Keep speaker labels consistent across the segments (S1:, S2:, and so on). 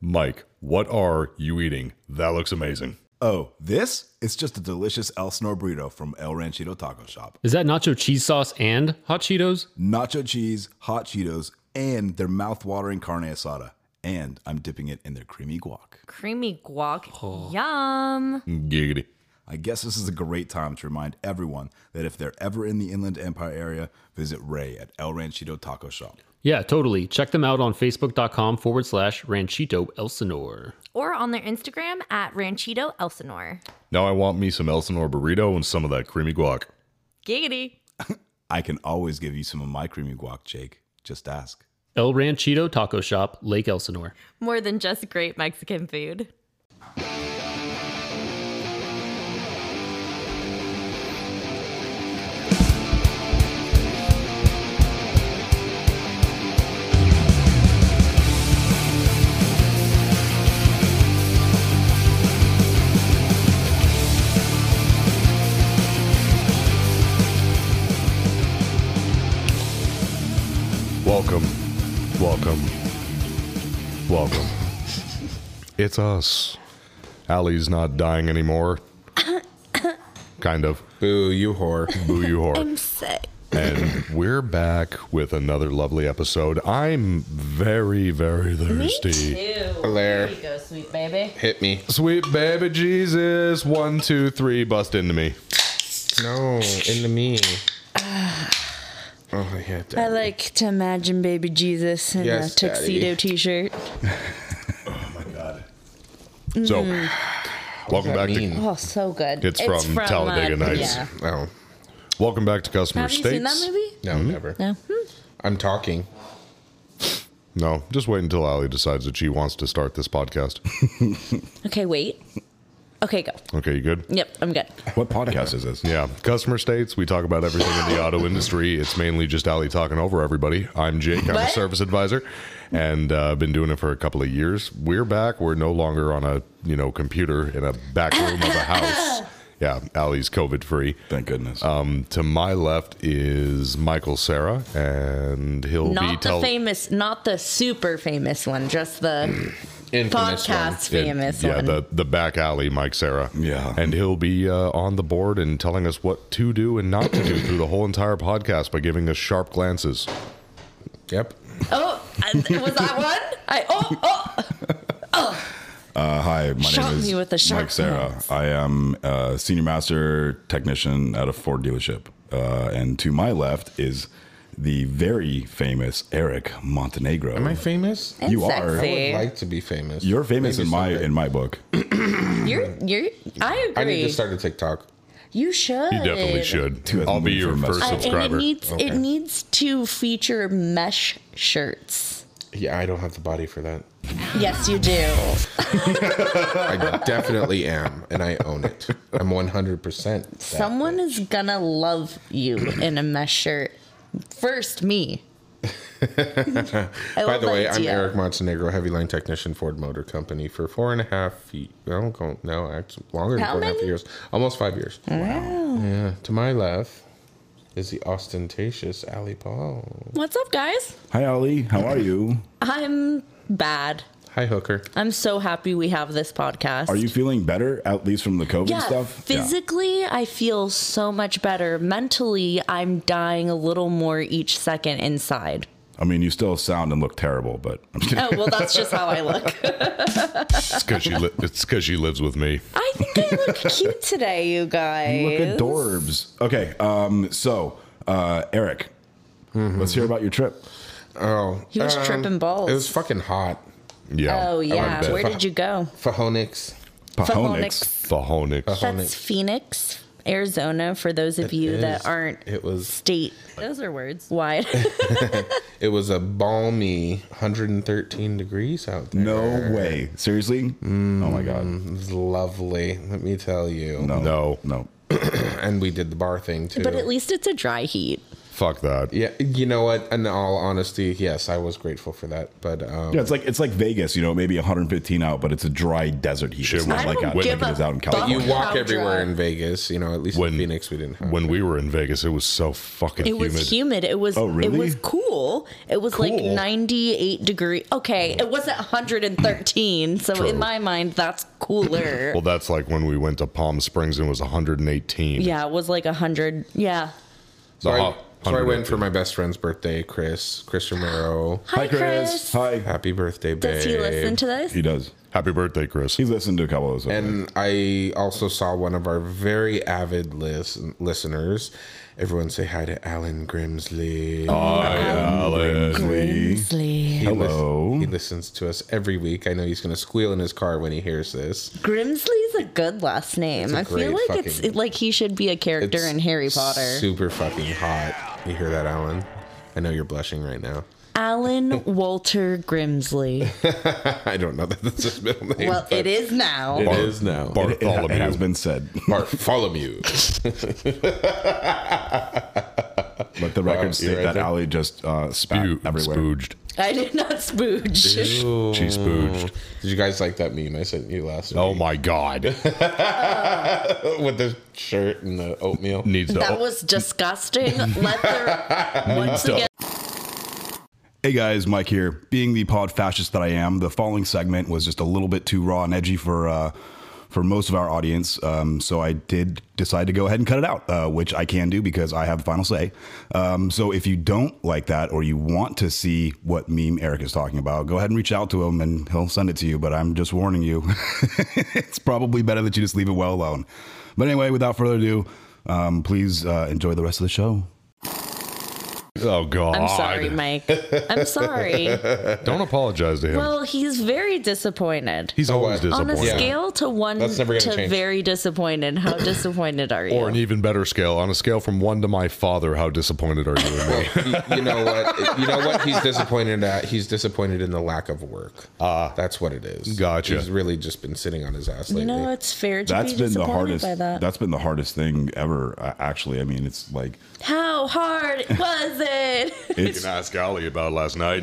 S1: Mike, what are you eating? That looks amazing.
S2: Oh, this? It's just a delicious El Snor burrito from El Ranchito Taco Shop.
S3: Is that nacho cheese sauce and hot Cheetos?
S2: Nacho cheese, hot Cheetos, and their mouth-watering carne asada. And I'm dipping it in their creamy guac.
S4: Creamy guac.
S5: Oh.
S4: Yum.
S1: Giggity.
S2: I guess this is a great time to remind everyone that if they're ever in the Inland Empire area, visit Ray at El Ranchito Taco Shop.
S3: Yeah, totally. Check them out on facebook.com forward slash ranchito elsinore.
S4: Or on their Instagram at Ranchito Elsinore.
S1: Now I want me some Elsinore burrito and some of that creamy guac.
S4: Giggity.
S2: I can always give you some of my creamy guac, Jake. Just ask.
S3: El Ranchito Taco Shop, Lake Elsinore.
S4: More than just great Mexican food.
S1: Welcome, welcome, welcome. it's us. Allie's not dying anymore. kind of.
S5: Boo, you whore.
S1: Boo you whore. I'm sick. And we're back with another lovely episode. I'm very, very thirsty.
S5: Blair,
S4: go, sweet baby.
S5: hit me.
S1: Sweet baby Jesus. One, two, three, bust into me.
S5: No, into me. Oh, yeah.
S6: I
S5: Dad.
S6: like to imagine baby Jesus in
S5: Yes,
S6: a tuxedo
S5: Daddy.
S6: t-shirt.
S1: So, welcome back
S5: What does that mean?
S1: to
S6: Oh, so good. uh,
S1: It's from Talladega Nights.
S6: yeah.
S5: Oh,
S1: Welcome back to Customer
S6: Have you
S1: States. Hmm?
S6: seen that movie?
S5: no,
S2: Hmm?
S5: never.
S6: No.
S5: I'm talking.
S1: No, just wait until Allie decides that she wants to start this podcast.
S6: Okay, wait. Okay, go.
S1: okay, you good?
S6: Yep, I'm good.
S2: What podcast is this?
S1: Yeah, customer states. We talk about everything in the auto industry. It's mainly just Ali talking over everybody. I'm Jake. I'm a
S6: What?
S1: service advisor, and uh, been doing it for a couple of years. We're back. We're no longer on a you know computer in a back room of a house. Yeah, Ali's COVID free.
S2: Thank goodness.
S1: Um, to my left is Michael Sarah, and he'll be
S6: Not the
S1: tell-
S6: famous, not the super famous one, just the
S5: Infamous
S6: podcast
S1: and-
S6: famous
S1: yeah,
S6: one.
S1: the the back alley, Mike Sarah.
S2: Yeah.
S1: and he'll be uh, on the board and telling us what to do and not to do through the whole entire podcast by giving us sharp glances.
S5: one. Yep.
S6: oh, I- was that one? I oh oh.
S2: Uh, hi, my
S6: Shot
S2: name is
S6: me with a sharp
S2: Mike Sarah.
S6: glance.
S2: I am a senior master technician at a Ford dealership. Uh, and to my left is the very famous Eric Montenegro.
S5: Am I famous?
S6: And
S2: You are.
S5: I would
S6: sexy.
S5: like to be famous.
S2: You're famous
S5: Maybe
S2: in my
S5: someday.
S2: in my book.
S6: You're you're. I agree.
S5: I need to start a TikTok.
S6: You should.
S1: You definitely should.
S2: Dude,
S1: I'll be your
S2: I'm
S1: first
S2: a
S6: I, and it
S1: subscriber.
S6: needs
S5: Okay.
S6: it needs to feature mesh shirts.
S5: Yeah, I don't have the body for that.
S6: Yes, you do.
S5: I definitely am, and I own it. I'm 100%. that.
S6: Someone is gonna love you in a mesh shirt. First, me. I
S5: By
S6: love
S5: the way, I'm
S6: idea.
S5: Eric Montenegro, heavy line technician, Ford Motor Company for four and a half. ye- I don't go no, it's longer than
S6: How
S5: four and a half
S6: many?
S5: years, almost five years. Wow. Yeah. To my left is the ostentatious Ali Paul.
S6: What's up, guys?
S2: Hi Ali, how are you?
S6: I'm bad.
S5: Hi, hooker.
S6: I'm so happy we have this podcast.
S2: Are you feeling better at least from the COVID
S6: Yeah,
S2: stuff? Yeah.
S6: physically, I feel so much better. Mentally, I'm dying a little more each second inside.
S2: I mean, you still sound and look terrible, but I'm just kidding.
S6: Oh, well, that's just how I look.
S1: It's because she, li- it's 'cause she lives with me.
S6: I think I look cute today, you guys.
S2: You look adorbs. Okay, um, so uh, Eric,
S5: Mm-hmm.
S2: let's hear about your trip.
S5: Oh,
S6: He was
S5: um,
S6: tripping balls.
S5: It was fucking hot.
S1: Yeah.
S6: Oh, yeah.
S1: bet.
S6: Where did you go?
S5: Fahonix.
S2: Pahonix.
S1: Fahonix.
S5: Uh-huh.
S6: That's Phoenix, Arizona, for those of you
S5: is-
S6: that aren't
S5: It was
S6: state
S4: Those are words.
S6: wide.
S5: it was a balmy 113 degrees out there.
S2: No way. Seriously? Oh my god.
S5: It was lovely. Let me tell you.
S2: No.
S1: No.
S2: No.
S5: And we did the bar thing too.
S6: but at least it's a dry heat.
S1: Fuck that.
S5: Yeah, you know what? In all honesty, yes, I was grateful for that. But um,
S2: Yeah, it's like it's like Vegas, you know, maybe 115 out, but it's a dry desert heat.
S1: Shit,
S2: It's not
S1: I
S2: like
S1: don't
S2: out, like
S6: give
S2: it is
S6: a
S2: out in
S6: fuck.
S2: California.
S5: you walk
S6: How
S5: everywhere
S6: dry.
S5: in Vegas, you know. At least
S1: When
S5: in Phoenix, we didn't. Have
S1: when we were in Vegas, it was so fucking
S6: It
S1: humid.
S6: was humid. It was
S2: Oh,
S6: it was
S2: really?
S6: cool. It was like
S1: Cool.
S6: 98 degree. Okay, it wasn't 113, so
S1: True.
S6: in my mind that's cooler.
S1: Well, that's like when we went to Palm Springs and it was 118.
S6: yeah, it was like 100. Yeah.
S1: The
S5: So I,
S1: hot-
S5: so I went
S1: 118.
S5: for my best friend's birthday, Chris, Chris Romero.
S2: Hi, Chris. Hi.
S5: Happy birthday, babe.
S6: Does he listen to this?
S2: He does.
S1: Happy birthday, Chris.
S2: He's listened to a couple of those.
S5: And I also saw one of our very avid listen- listeners. Everyone say hi to Alan Grimsley.
S1: Hi, Alan.
S5: he
S6: Grimsley.
S5: lis-
S2: hello.
S5: he listens to us every week. I know he's going to squeal in his car when he hears this.
S6: Grimsley's a good last name.
S5: a
S6: I
S5: great
S6: feel like it's
S5: fucking-
S6: like he should be a character
S5: It's
S6: in Harry Potter.
S5: Super fucking hot. You hear that, Alan? I know you're blushing right now.
S6: Alan Walter Grimsley.
S5: I don't know that that's his middle name.
S6: Well, it is now.
S5: It is now.
S2: It, it,
S1: Bartholomew.
S2: it has been said.
S5: Bartholomew.
S2: Let the record state
S5: right
S2: that
S5: there.
S2: Ali just uh, spat
S1: Spoo-
S2: everywhere.
S1: spooged.
S6: I did not spooge.
S1: She spooged.
S5: Did you guys like that meme I sent you last
S1: Oh my God.
S5: week with the shirt and the oatmeal?
S1: Needs to.
S6: That was disgusting. Let the once again.
S2: Hey guys, Mike here. Being the pod fascist that I am, the following segment was just a little bit too raw and edgy for uh, for most of our audience. Um, so I did decide to go ahead and cut it out, uh, which I can do because I have the final say. Um, so if you don't like that or you want to see what meme Eric is talking about, go ahead and reach out to him and he'll send it to you. But I'm just warning you, it's probably better that you just leave it well alone. But anyway, without further ado, um, please uh, enjoy the rest of the show.
S1: oh God.
S6: I'm sorry, Mike. I'm sorry.
S1: Don't apologize to him.
S6: Well, he's very disappointed.
S1: He's always
S5: what?
S6: On
S1: disappointed.
S6: a scale to one
S5: That's never gonna
S6: to
S5: change.
S6: very disappointed, how disappointed are you?
S1: Or an even better scale, on a scale from one to my father, how disappointed are you in me?
S5: Well, you, you know what? You know what? He's disappointed at. He's disappointed in the lack of work. Ah, that's what it is.
S1: Gotcha.
S5: He's really just been sitting on his ass lately.
S6: you know, it's fair to
S2: That's
S6: be
S2: been the
S6: disappointed
S2: hardest.
S6: by that.
S2: That's been the hardest thing ever. a- Actually, I mean, it's like
S6: How hard was it?
S2: it's
S1: ask Ali about last night.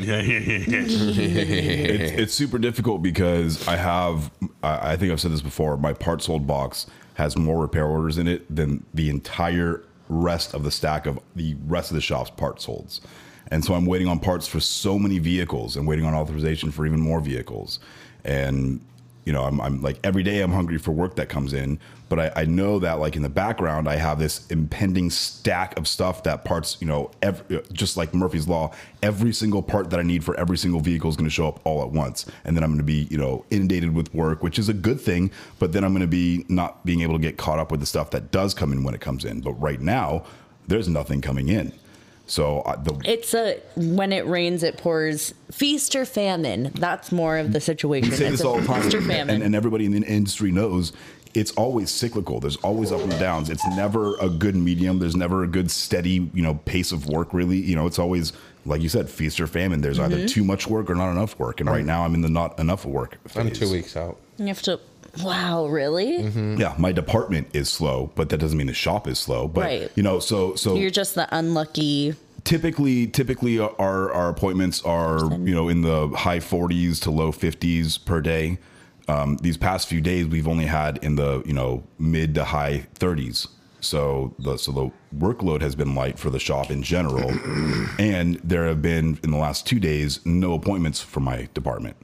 S2: it's, it's super difficult because I have. I I think I've said this before. My parts hold box has more repair orders in it than the entire rest of the stack of the rest of the shop's parts holds. And so I'm waiting on parts for so many vehicles and waiting on authorization for even more vehicles. And you know, I'm, I'm like every day I'm hungry for work that comes in, but I, I know that like in the background I have this impending stack of stuff that parts, you know, every, just like Murphy's law, every single part that I need for every single vehicle is going to show up all at once, and then I'm going to be you know inundated with work, which is a good thing, but then I'm going to be not being able to get caught up with the stuff that does come in when it comes in. But right now, there's nothing coming in, so I, the
S6: It's a when it rains, it pours. Feast or famine. That's more of the situation.
S2: We say
S6: it's
S2: this
S6: a
S2: all the
S6: feast or
S2: time,
S6: famine.
S2: and, and everybody in the industry knows it's always cyclical. There's always up and downs. It's never a good medium. There's never a good steady, you know, pace of work. Really, you know, it's always like you said, feast or famine. There's
S6: Mm-hmm.
S2: either too much work or not enough work. And right now, I'm in the not enough work.
S5: I'm
S2: phase.
S5: two weeks out.
S6: you have to. Wow, really?
S2: Yeah, my department is slow, but that doesn't mean the shop is slow. But
S6: Right.
S2: you know, so so
S6: You're just the unlucky.
S2: typically typically our our appointments are you know in the high 40s to low 50s per day um, these past few days we've only had in the you know mid to high 30s so the so the workload has been light for the shop in general and there have been in the last two days no appointments for my department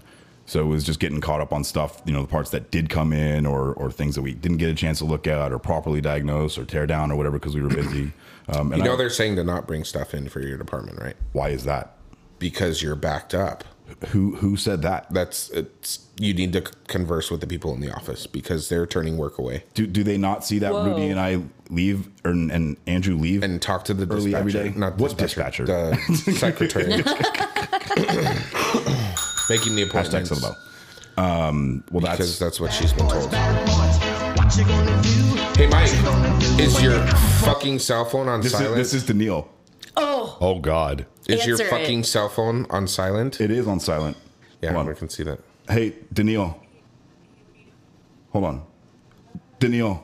S2: so it was just getting caught up on stuff, you know, the parts that did come in or or things that we didn't get a chance to look at or properly diagnose or tear down or whatever because we were busy. Um, and
S5: You
S2: I-
S5: know they're saying to not bring stuff in for your department, right?
S2: why is that?
S5: Because you're backed up.
S2: Who who said that?
S5: That's it's. You need to c- converse with the people in the office because they're turning work away.
S2: Do do they not see that
S6: Whoa.
S2: Rudy and I leave or and Andrew leave?
S5: And talk to the
S2: Early
S5: dispatcher,
S2: every day?
S5: not
S2: What
S5: dispatcher,
S2: dispatcher?
S5: the secretary, making the
S2: hashtag
S5: appointments
S2: something about. Um, well,
S5: because
S2: that's
S5: that's what she's been told.
S7: What you gonna do?
S5: Hey Mike, is your fucking cell phone on
S2: this is,
S5: silent?
S2: this is Daniil.
S6: Oh,
S1: oh God.
S5: is your
S6: Answer it.
S5: fucking cell phone on silent?
S2: It is on silent.
S5: yeah,
S2: Hold
S5: everyone
S2: on.
S5: can see that.
S2: Hey, Daniil. Hold on, Daniil.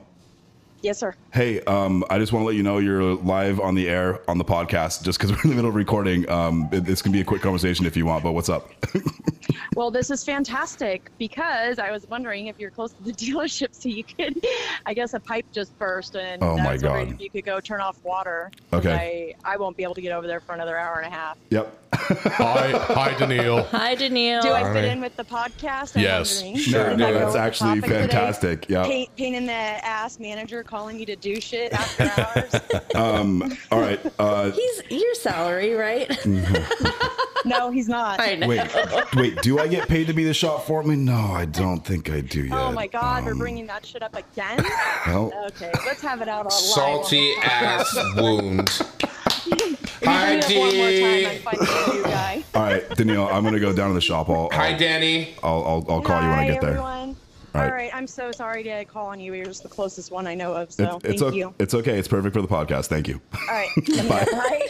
S8: Yes, sir.
S2: Hey, um, I just want to let you know you're live on the air on the podcast just because we're in the middle of recording. Um, it- this can be a quick conversation if you want, but what's up?
S8: Well, this is fantastic because I was wondering if you're close to the dealership, so you could. I guess a pipe just burst, and
S2: Oh,
S8: I
S2: my
S8: was wondering
S2: God.
S8: if you could go turn off water. 'cause
S2: Okay.
S8: I, I won't be able to get over there for another hour and a half.
S2: yep.
S1: Hi, hi, Daniil.
S6: Hi, Danielle.
S8: Do I fit
S5: Alright.
S8: in with the podcast? I'm
S1: Yes,
S8: wondering.
S1: sure
S8: If
S2: no,
S8: I go
S2: that's
S8: with the
S2: actually
S8: topic today,
S2: fantastic. Yeah.
S8: Pain, pain in the ass manager calling you to do shit after hours.
S2: Um, all right. Uh,
S6: He's your salary, right?
S8: no, he's not.
S6: I know.
S2: wait, wait. Do I get paid to be the shop foreman? No, I don't think I do yet.
S8: Oh my god, we're
S2: Um,
S8: bringing that shit up again.
S2: Well,
S8: okay, let's have it out on
S5: Salty ass wound.
S8: Hi,
S5: Hi,
S8: One more time,
S5: D.
S8: I'm fighting you guy.
S2: all right, Danielle. I'm gonna go down to the shop. I'll
S5: Hi, Danny.
S2: I'll, I'll, I'll call you when I
S8: Hi,
S2: get there.
S8: Everyone.
S2: All
S8: All
S2: right.
S8: right. I'm so sorry to call on you. You're just the closest one I know of,
S2: It-
S8: so
S2: it's
S8: thank
S2: okay.
S8: you.
S2: It's okay. It's perfect for the podcast. Thank you.
S8: All right. Bye.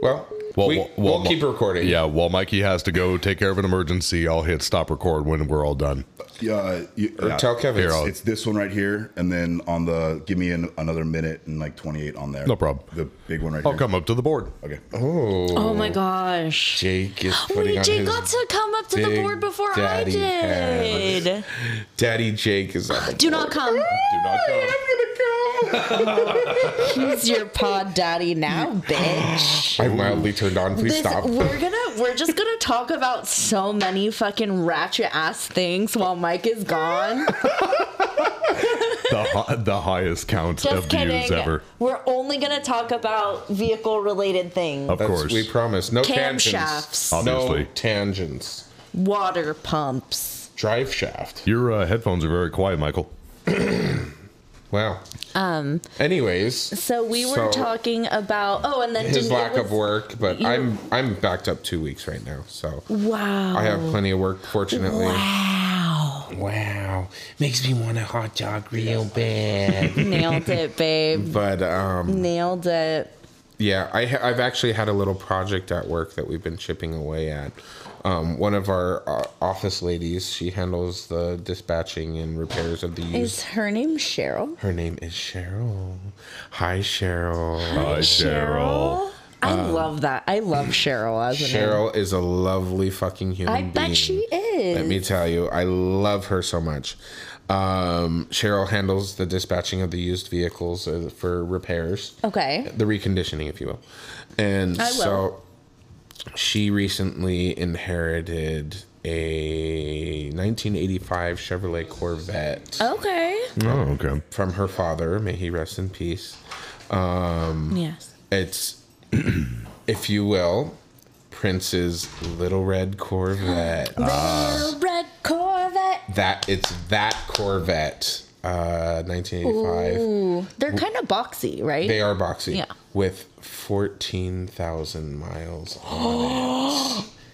S5: Well,
S1: Well,
S5: we,
S1: well,
S5: we'll,
S1: well,
S5: keep recording.
S1: Yeah, while Mikey has to go take care of an emergency, I'll hit stop record when we're all done.
S2: Yeah, you,
S5: Or
S2: yeah.
S5: tell Kevin.
S1: Here, I'll-
S2: It's this one right here, and then on the give me an, another minute and like 28 on there.
S1: No problem.
S2: The big one right
S1: I'll
S2: here.
S1: come up to the board.
S2: Okay.
S6: Oh my gosh.
S5: Jake is putting
S6: Wait,
S5: on
S6: Oh, Jake
S5: his
S6: got to come up to the
S5: big
S6: board before I
S5: daddy
S6: did.
S5: daddy. Jake is on.
S6: Do not come.
S1: Do not go.
S6: He's your pod daddy now, bitch.
S5: I mildly turned on. Please
S6: This-
S5: stop.
S6: we're gonna we're just gonna talk about so many fucking ratchet ass things while Mike is gone.
S1: The, hi- the highest count
S6: Just
S1: of
S6: kidding.
S1: views ever.
S6: We're only gonna talk about vehicle related things.
S1: Of
S5: That's-
S1: course.
S5: we promise. No
S6: Camshafts.
S5: tangents.
S1: Obviously.
S5: No tangents.
S6: Water pumps.
S5: Drive shaft.
S1: Your uh, headphones are very quiet, Michael.
S5: Wow. Um. Anyways,
S6: So we
S5: So-
S6: were talking about oh and then
S5: his
S6: Danielle
S5: lack of
S6: was-
S5: work, but
S6: you-
S5: I'm I'm backed up two weeks right now, so
S6: Wow.
S5: I have plenty of work. Fortunately,
S6: Wow.
S9: Wow, makes me want a hot dog real bad.
S6: Nailed it, babe.
S5: but um,
S6: Nailed it.
S5: Yeah, I, ha- I've actually had a little project at work that we've been chipping away at. Um, one of our uh, office ladies, she handles the dispatching and repairs of the used.
S6: Is her name Cheryl?
S5: Her name is Cheryl. Hi, Cheryl.
S1: Hi, Cheryl.
S6: I love that. I love Cheryl as a name.
S5: Um, Cheryl is a lovely fucking human
S6: I
S5: being.
S6: bet she is.
S5: Let me tell you, I love her so much. Um, Cheryl handles the dispatching of the used vehicles uh, for repairs.
S6: Okay.
S5: the reconditioning, if you will. And
S6: I will.
S5: so she recently inherited a 1985 Chevrolet Corvette
S6: Okay.
S1: Oh, okay.
S5: from her father. May he rest in peace. Hmm.
S6: Yes.
S5: It's, if you will, Prince's little red Corvette. Uh,
S6: Little red Corvette.
S5: That it's that Corvette, uh, 1985.
S6: Ooh, they're kind of boxy, right?
S5: They are boxy.
S6: Yeah.
S5: With 14,000 miles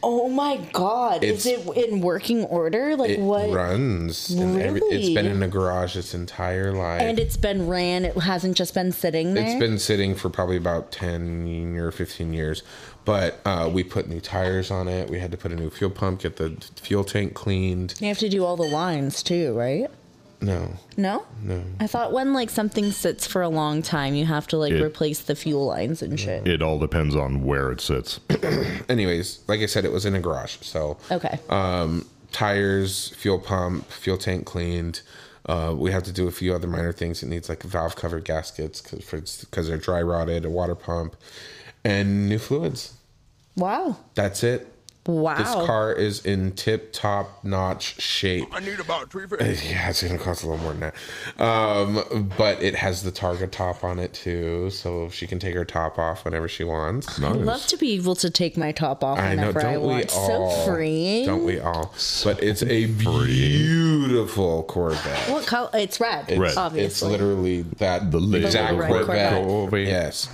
S6: Oh my god. Is
S5: It's-
S6: it in working order? Like
S5: It
S6: what?
S5: runs. And every, it's been
S6: Really?
S5: in a garage its entire life.
S6: And it's been ran. It hasn't just been sitting there.
S5: it's been sitting for probably about 10 or 15 years. But uh, we put new tires on it. We had to put a new fuel pump, get the fuel tank cleaned.
S6: You have to do all the lines too, right?
S5: No.
S6: No? No. I thought when like something sits for a long time, you have to like
S1: It-
S6: replace the fuel lines and shit.
S1: It all depends on where it sits.
S5: Anyways, like I said, it was in a garage. So
S6: okay.
S5: um, tires, fuel pump, fuel tank cleaned. Uh, we have to do a few other minor things. It needs like valve cover gaskets because they're dry rotted, a water pump, and new fluids.
S6: wow.
S5: That's it.
S6: Wow.
S5: This car is in tip top notch shape. Uh,
S7: I need about three
S5: Yeah, it's gonna cost a little more than that. Um, but it has the Targa top on it too, so she can take her top off whenever she wants.
S6: I'd love to be able to take my top off
S5: I know,
S6: whenever I,
S5: don't we
S6: want.
S5: all?
S6: so freeing.
S5: Don't we all? But it's a beautiful Corvette.
S6: What color? It's red.
S1: Red. It's
S6: Obviously.
S5: It's literally that
S1: The little
S5: exact
S6: red
S5: Corvette.
S1: Corvette.
S5: Yes.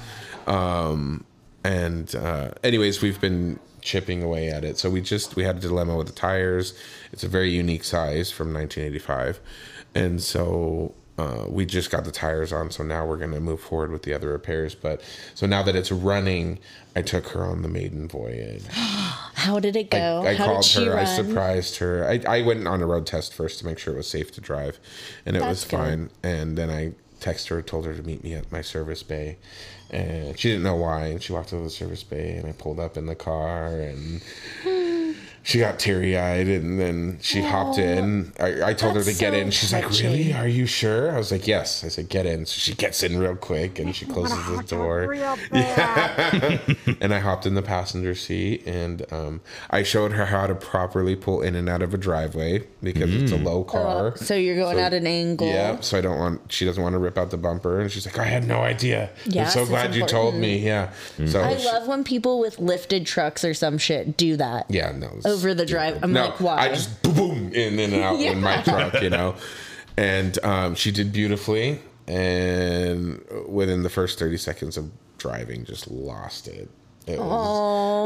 S5: Um, and uh, anyways, we've been chipping away at it. So we just we had a dilemma with the tires. It's a very unique size from 1985, and so. Uh, we just got the tires on, so now we're going to move forward with the other repairs. But so now that it's running, I took her on the maiden voyage.
S6: How did it go?
S5: I, I
S6: How
S5: called
S6: did she
S5: her.
S6: run?
S5: I surprised her. I, I went on a road test first to make sure it was safe to drive, and it was
S6: That's good.
S5: fine. And then I texted her, told her to meet me at my service bay, and she didn't know why. And she walked over to the service bay, and I pulled up in the car, and she got teary eyed, and then she hopped in. I, I told her to
S6: that's
S5: get
S6: so
S5: in. She's like,
S6: touching.
S5: "Really? Are you sure?" I was like, "Yes." I said, "Get in." So she gets in real quick, and she closes the door. and I hopped in the passenger seat and um, I showed her how to properly pull in and out of a driveway because it's a
S6: Oh,
S5: low car.
S6: So you're going at an angle.
S5: yeah, so I don't want. She doesn't want to rip out the bumper, and she's like, "I had no idea.
S6: Yes,
S5: I'm so
S6: it's
S5: glad you told me."
S6: important.
S5: Yeah. So
S6: I
S5: she-
S6: love when people with lifted trucks or some shit do that.
S5: Yeah, no. it's
S6: Over the drive.
S5: stupid.
S6: I'm like, why?
S5: I just boom, boom in and out with my truck, you know. And um, she did beautifully, and within the first thirty seconds of driving, just lost it. It was,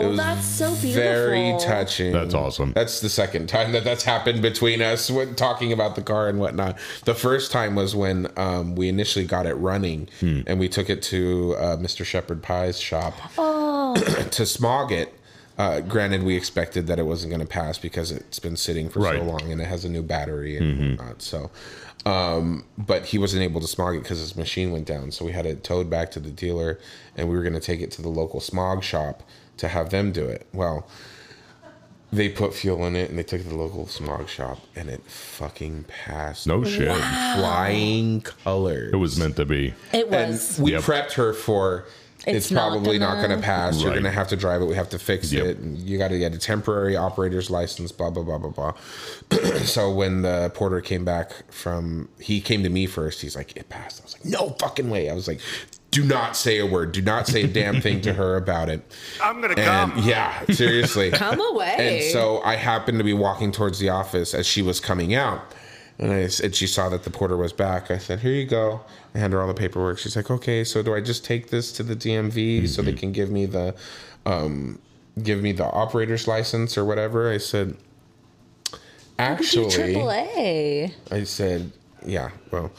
S6: Oh, that's so
S5: Very
S6: beautiful.
S5: touching.
S1: That's awesome.
S5: That's the second time that that's happened between us when talking about the car and whatnot. The first time was when um, we initially got it running,
S1: Hmm.
S5: and we took it to uh, Mr. Shepherd Pie's shop to smog it. Uh, granted, we expected that it wasn't going to pass because it's been sitting for
S1: Right. Mm-hmm.
S5: so long and it has a new battery and whatnot. So, um, but he wasn't able to smog it because his machine went down. So we had it towed back to the dealer, and we were going to take it to the local smog shop to have them do it. Well, they put fuel in it and they took it to the local smog shop, and it fucking passed.
S1: No shit.
S5: flying colors.
S1: It was meant to be.
S6: It
S5: And
S6: was.
S5: we
S1: Yep.
S5: prepped her for it's,
S6: It's not
S5: probably not
S6: gonna-
S5: going to pass. You're
S1: Right.
S5: going to have to drive it. We have to fix
S1: Yep.
S5: it. And you got to get a temporary operator's license. Blah blah blah blah blah. so when the porter came back from, he came to me first. He's like, "It passed." I was like, "No fucking way!" I was like, "Do not say a word. Do not say a damn thing to her about it."
S7: I'm gonna
S5: And
S7: come.
S5: yeah, seriously.
S6: Come away.
S5: And so I happened to be walking towards the office as she was coming out. And I s- and she saw that the porter was back. I said, "Here you go." I hand her all the paperwork. She's like, "Okay, so do I just take this to the DMV so
S6: Mm-hmm.
S5: they can give me the, um, give me the operator's license or whatever?" I said,
S6: Do
S5: "Actually,
S6: triple A.
S5: I said, yeah, well,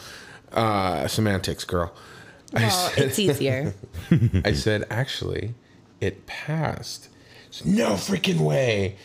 S5: uh, semantics, girl." I
S6: Well, it's easier.
S5: I
S6: Mm-hmm.
S5: said, actually, it passed. She said, no freaking way.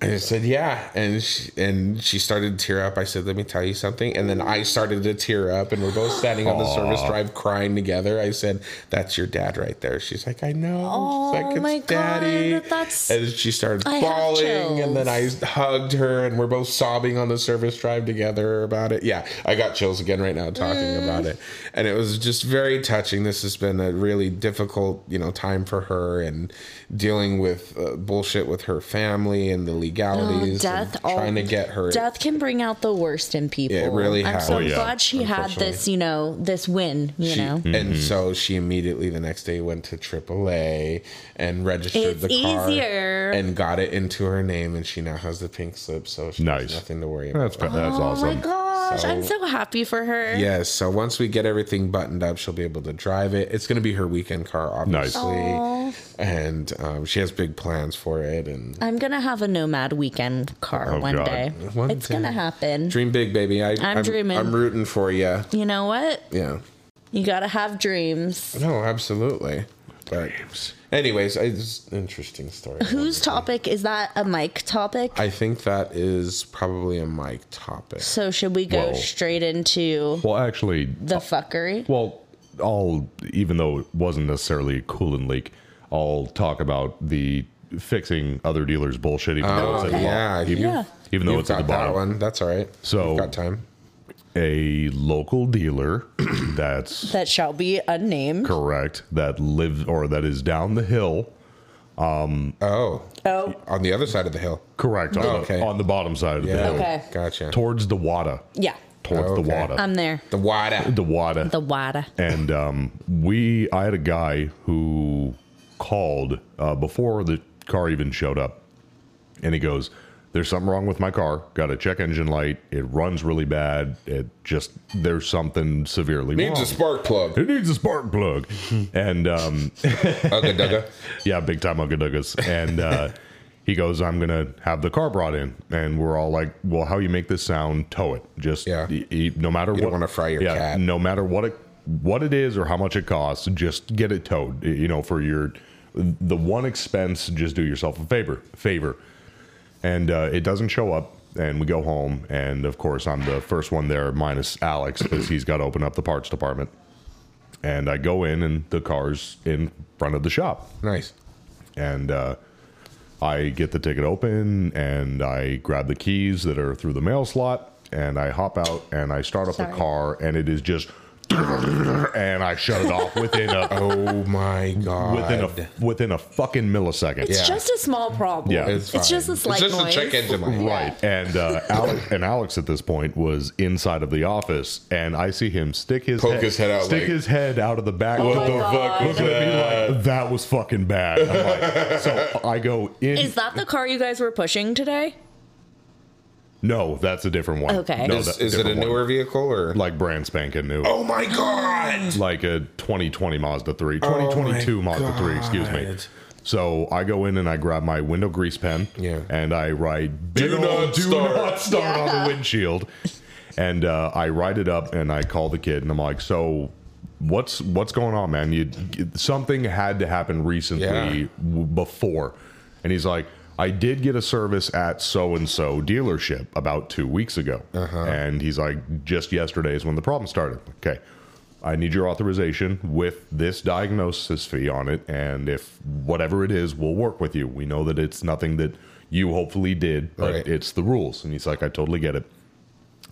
S5: I said, yeah. And she, and she started to tear up. I said, let me tell you something. And then I started to tear up, and we're both standing on the service drive crying together. I said, that's your dad right there. She's like, I know.
S6: Oh,
S5: She's like,
S6: my God, that's-
S5: And she started
S6: I have
S5: bawling. And then I
S6: chills.
S5: hugged her, and we're both sobbing on the service drive together about it. Yeah, I got chills again right now talking
S6: Mm.
S5: about it. And it was just very touching. This has been a really difficult, you know, time for her and dealing with uh, bullshit with her family and the legalities. and
S6: Oh, death all-
S5: trying to get her.
S6: Death can bring out the worst in people.
S5: Yeah, it really
S6: I'm
S5: has.
S6: so
S5: Oh,
S1: yeah.
S6: glad she had this, you know, this win, you
S5: She-
S6: know.
S1: Mm-hmm.
S5: And so she immediately the next day went to AAA and registered
S6: It's
S5: the car
S6: easier.
S5: and got it into her name, and she now has the pink slip, so she
S1: Nice.
S5: has nothing to worry about.
S1: That's that's
S6: Oh
S1: awesome.
S6: my gosh,
S5: So-
S6: I'm so happy for her.
S5: Yes. So once we get everything buttoned up, she'll be able to drive it. It's going to be her weekend car,
S1: Nice.
S5: obviously, and um, she has big plans for it. And
S6: I'm gonna have a nomad weekend car
S1: Oh,
S6: one
S1: God.
S6: day.
S5: One
S6: it's
S5: day.
S6: gonna happen.
S5: dream big, baby. I, I'm,
S6: dreaming.
S5: I'm rooting for you.
S6: You know what?
S5: Yeah.
S6: You gotta have dreams.
S5: No, absolutely. But anyways, I- it's an interesting story.
S6: Whose topic is that? A mic topic?
S5: I think that is probably a mic topic.
S6: so should we go
S1: Whoa.
S6: straight into
S1: Well, actually,
S6: the fuckery?
S1: well, I'll even though it wasn't necessarily a coolant leak, I'll talk about the fixing other dealers' bullshit. Even though Oh, it's at the bottom.
S5: yeah,
S1: even,
S5: yeah.
S1: even though
S5: You've
S1: it's at the
S5: got that
S1: bottom.
S5: one. That's all right.
S1: So-
S5: You've got time.
S1: a local dealer that's
S6: that shall be unnamed.
S1: correct that lives or that is down the hill
S5: Oh,
S6: Oh,
S5: on the other side of the hill.
S1: correct on,
S5: Okay.
S1: the, on the bottom side of the
S5: Yeah.
S1: hill
S6: Okay. Um,
S5: Gotcha.
S1: towards the wada
S6: yeah.
S1: towards
S5: Okay.
S1: the wada
S6: I'm there.
S5: the wide out.
S1: the wada
S6: The WADA.
S1: and um, we i had a guy who called uh, before the car even showed up and he goes there's something wrong with my car got a check engine light it runs really bad it just there's something severely
S5: Needs
S1: wrong
S5: a spark plug.
S1: it needs a spark plug and um,
S5: Ugga dugga.
S1: yeah, big time Ungaduggas. And uh, he goes, I'm going to have the car brought in. And we're all like, well, how you make this sound, tow it. Just,
S5: Yeah.
S1: y- y- no matter what.
S5: don't wanna fry your cat.
S1: No matter what it, what it is or how much it costs, just get it towed, y- you know, for your the one expense, just do yourself a favor, favor, and uh, it doesn't show up. And we go home, and of course, I'm the first one there, minus Alex, because he's got to open up the parts department. And I go in, and the car's in front of the shop
S5: Nice.
S1: and uh, I get the ticket open and I grab the keys that are through the mail slot and I hop out and I start up the
S6: Sorry.
S1: car and it is just and I shut it off within a
S5: Oh my god.
S1: within a within a fucking millisecond.
S6: It's
S5: Yeah.
S6: just a small problem.
S1: Yeah.
S5: it's,
S6: It's just
S5: fine.
S6: a slight
S5: It's just
S6: noise.
S5: a check engine light.
S1: Right. And uh, Alex, and Alex at this point was inside of the office, and I see him stick his
S5: Poke
S1: head,
S5: his head out
S1: stick
S5: like-
S1: his head out of the back.
S6: Oh
S5: What
S1: window,
S5: the fuck was
S1: looking at me
S5: that?
S1: like, that was fucking bad. I'm like, so I go in.
S6: Is that the car you guys were pushing today?
S1: No, that's a different one.
S6: Okay.
S1: No,
S5: Is,
S1: that's
S5: is it a
S1: different one.
S5: newer vehicle or?
S1: like brand spanking new,
S5: oh my god.
S1: like a 2020 Mazda 3, 2022 Mazda 3, excuse me.
S5: Oh God.
S1: So I go in and I grab my window grease pen,
S5: Yeah.
S1: and I write "Do
S5: not
S1: not, do
S5: start."
S1: not start" on the windshield, and uh, I write it up and I call the kid and I'm like, "So, what's what's going on, man? You something had to happen recently
S5: Yeah.
S1: w- before," and he's like. I did get a service at so and so dealership about two weeks ago.
S5: Uh-huh.
S1: And he's like, just yesterday is when the problem started. Okay. I need your authorization with this diagnosis fee on it, and if whatever it is, we'll work with you. We know that it's nothing that you hopefully did, but
S5: Right.
S1: it's the rules. And he's like, I totally get it.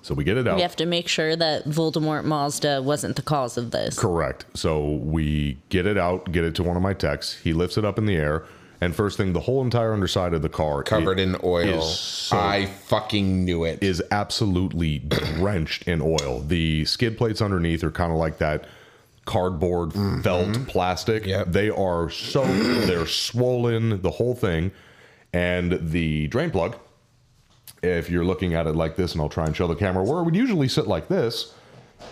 S1: So we get it out.
S6: We have to make sure that Voldemort Mazda wasn't the cause of this.
S1: Correct. So we get it out, get it to one of my techs. He lifts it up in the air, and first thing, the whole entire underside of the car
S5: Covered
S1: i-
S5: in oil.
S1: is so-
S5: I fucking knew it.
S1: is absolutely drenched in oil. The skid plates underneath are kind of like that cardboard felt plastic.
S5: Yep.
S1: They are so they're swollen, the whole thing. And the drain plug, if you're looking at it like this, and I'll try and show the camera where it would usually sit like this,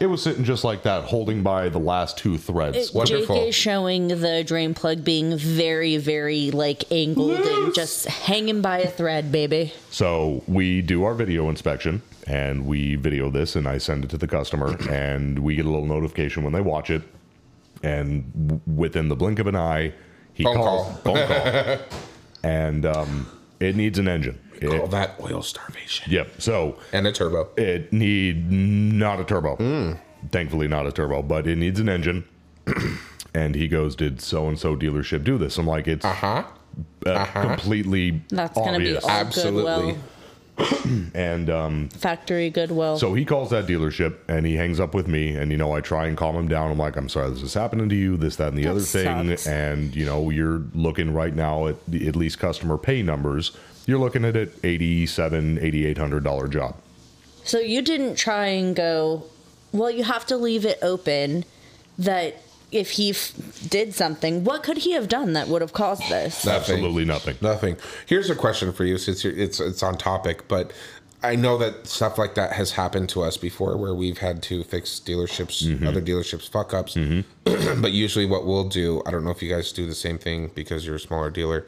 S1: it was sitting just like that, holding by the last two threads.
S5: Wonderful.
S6: Jake is showing the drain plug being very, very like angled and just hanging by a thread, baby.
S1: So we do our video inspection and we video this and I send it to the customer and we get a little notification when they watch it. And w- within the blink of an eye, he
S5: Phone
S1: calls
S5: call.
S1: phone call. and um, it needs an engine. It-
S5: All that oil starvation.
S1: yep. So
S5: And a turbo.
S1: it need not a turbo.
S5: Hmm.
S1: Thankfully, not a turbo, but it needs an engine. and he goes, "Did so and so dealership do this?" I'm like, "It's
S5: Huh?
S1: uh,
S5: Uh-huh.
S1: completely
S6: That's gonna be
S1: obvious."
S6: all
S5: Absolutely.
S6: Goodwill,
S1: and um,
S6: factory Goodwill.
S1: So he calls that dealership and he hangs up with me. And, you know, I try and calm him down. I'm like, I'm sorry this is happening to you, this, that, and the other thing.
S6: sucks.
S1: And, you know, you're looking right now at the- at least customer pay numbers. You're looking at an $87, $8,800 job.
S6: So you didn't try and go, well, you have to leave it open that if he f- did something, what could he have done that would have caused this?
S5: Nothing.
S1: Absolutely nothing.
S5: Nothing. Here's a question for you since you're, it's it's on topic, but I know that stuff like that has happened to us before where we've had to fix dealerships,
S1: Mm-hmm.
S5: other dealerships fuck ups. but usually what we'll do, I don't know if you guys do the same thing because you're a smaller dealer,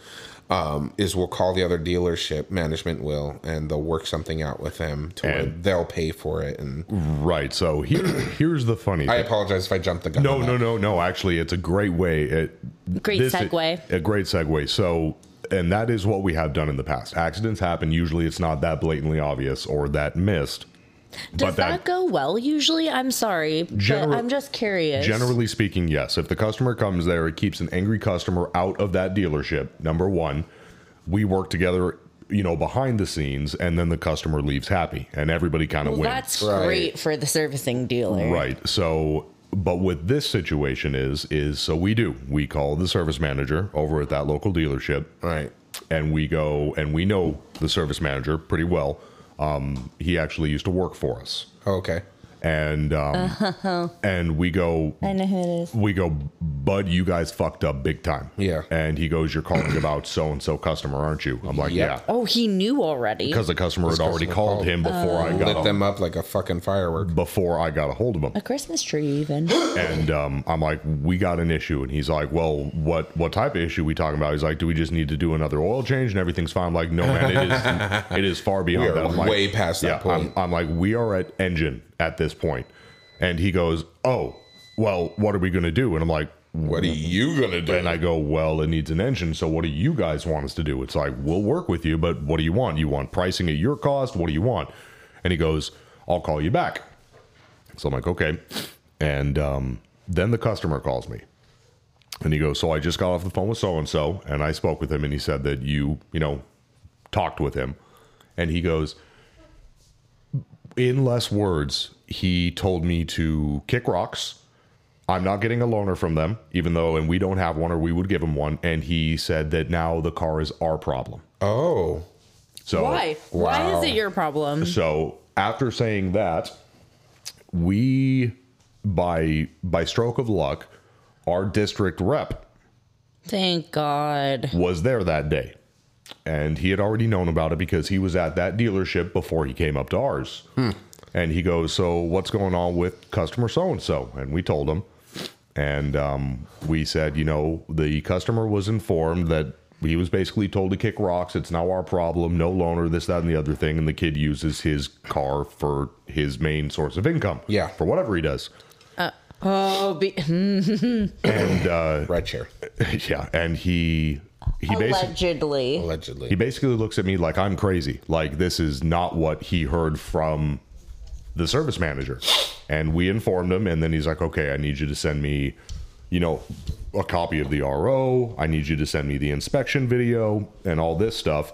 S5: um, is we'll call the other dealership, management will, and they'll work something out with them to where
S1: And-
S5: they'll pay for it. And
S1: Right. So here, here's the funny
S5: I
S1: thing.
S5: apologize if I jumped the gun.
S1: No,
S5: on
S1: no,
S5: that.
S1: no, no. Actually, it's a great way. It,
S6: Great segue.
S1: A, great segue. So, and that is what we have done in the past. Accidents happen. Usually it's not that blatantly obvious or that missed.
S6: Does that, go well usually? I'm sorry,
S1: General-
S6: but I'm just curious.
S1: Generally speaking, yes. If the customer comes there, it keeps an angry customer out of that dealership. Number one, we work together, you know, behind the scenes, and then the customer leaves happy, and everybody kind of
S6: Well,
S1: wins.
S6: that's
S5: Right.
S6: great for the servicing dealer.
S1: Right. So, but what this situation is is so we do we call the service manager over at that local dealership,
S5: Right.
S1: and we go and we know the service manager pretty well. Um, he actually used to work for us,
S5: Oh, Okay.
S1: and um,
S6: Uh-huh.
S1: and we go
S6: I know who it is.
S1: we go, bud, you guys fucked up big time.
S5: Yeah.
S1: And he goes, you're calling about so and so customer, aren't you? I'm like,
S5: Yep.
S1: yeah,
S6: Oh, he knew already.
S1: because the customer had already
S5: customer
S1: called,
S5: called.
S1: him before I
S5: Lit
S1: got a,
S5: them up like a fucking firework.
S1: before I got a hold of him.
S6: A Christmas tree, even.
S1: And um, I'm like, we got an issue, and he's like, well, what what type of issue we talking about? He's like, do we just need to do another oil change and everything's fine? I'm like, no, man, it is it is far beyond
S5: are
S1: that. I'm like,
S5: way past that point.
S1: I'm, I'm like, we are at engine at this point, and he goes, oh, well, what are we gonna do? And I'm like,
S5: What are you gonna do?
S1: And I go, well, it needs an engine. So what do you guys want us to do? It's like, we'll work with you, but what do you want? You want pricing at your cost? What do you want? And he goes, I'll call you back. So I'm like, okay. And um, then the customer calls me. And he goes, So I just got off the phone with so and so, and I spoke with him, and he said that you, you know, talked with him. And he goes, In less words, he told me to kick rocks. I'm not getting a loaner from them, even though, and we don't have one, or we would give him one. And he said that now the car is our problem.
S5: oh,
S1: So
S6: Why? Why is it your problem?
S1: so after saying that, we by by stroke of luck, our district rep
S6: Thank God.
S1: was there that day. And he had already known about it because he was at that dealership before he came up to ours. And he goes, So what's going on with customer so and so? And we told him. And um, we said, You know, the customer was informed that he was basically told to kick rocks. It's now our problem. No loaner, this, that, and the other thing. And the kid uses his car for his main source of income.
S5: Yeah.
S1: For whatever he does.
S6: Oh, be-
S1: And uh,
S5: red chair
S1: yeah. And he, he basically.
S6: allegedly.
S5: allegedly.
S1: He basically looks at me like I'm crazy. Like this is not what he heard from the service manager. And we informed him and then he's like, "Okay, I need you to send me, you know, a copy of the RO. I need you to send me the inspection video and all this stuff."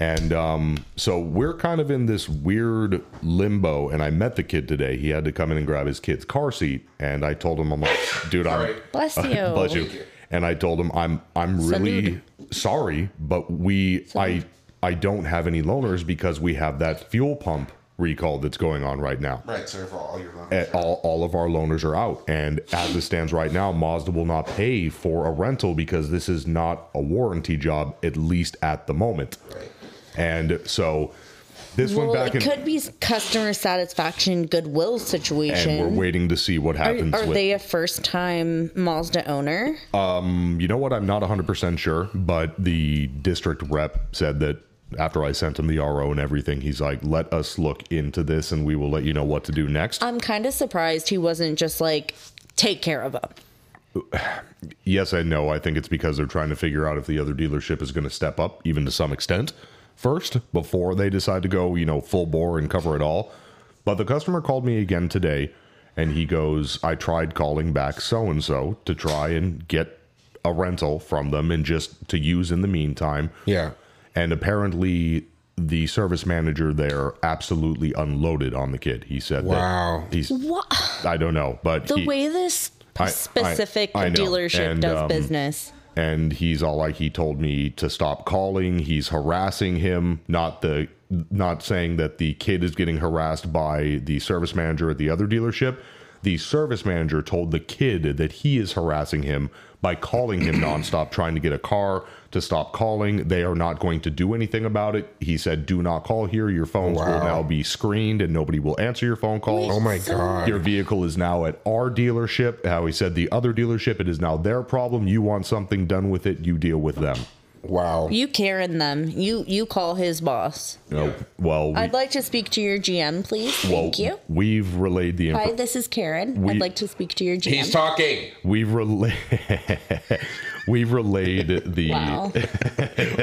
S1: And um, so we're kind of in this weird limbo. And I met the kid today. He had to come in and grab his kid's car seat. And I told him, I'm like, dude, I'm,
S6: Bless you.
S1: Bless you. And I told him I'm I'm really sorry, but we I I don't have any loaners because we have that fuel pump recall that's going on right now.
S5: Right, so for all your loans.
S1: And All, all of our loaners are out, and as it stands right now, Mazda will not pay for a rental because this is not a warranty job, at least at the moment. And so this
S6: Well,
S1: went back and,
S6: it could be customer satisfaction, goodwill situation.
S1: and we're waiting to see what
S6: Are,
S1: happens.
S6: are
S1: with,
S6: they a first time Mazda owner?
S1: You know what? I'm not 100% sure, but the district rep said that after I sent him the RO and everything, he's like, let us look into this and we will let you know what to do next.
S6: I'm kind of surprised he wasn't just like, take care of them.
S1: yes, I know. I think it's because they're trying to figure out if the other dealership is going to step up, even to some extent, first, before they decide to go, you know, full bore and cover it all. But the customer called me again today and he goes, I tried calling back so and so to try and get a rental from them and just to use in the meantime.
S5: Yeah.
S1: And apparently, the service manager there absolutely unloaded on the kid. He said, that
S5: Wow.
S1: he's
S6: What?
S1: I don't know, but
S6: The
S1: he,
S6: way this
S1: I- I-
S6: specific
S1: I know.
S6: dealership
S1: And,
S6: does
S1: um,
S6: business.
S1: and he's all like, he told me to stop calling. He's harassing him, not the not saying that the kid is getting harassed by the service manager at the other dealership. The service manager told the kid that he is harassing him by calling him nonstop, trying to get a car to stop calling. They are not going to do anything about it. He said, "Do not call here. Your phones will now be screened, and nobody will answer your phone calls."
S5: Oh my god.
S1: Your vehicle is now at our dealership. How he said the other dealership, it is now their problem. You want something done with it, you deal with them.
S5: wow.
S6: You Karen them. You you call his boss.
S1: No, well, we,
S6: I'd like to speak to your GM, please. Thank you.
S1: We've relayed the
S6: Hi,
S1: info-
S6: this is Karen.
S1: We-
S6: I'd like to speak to your GM.
S5: He's talking.
S1: we've relayed we've relayed the
S6: wow.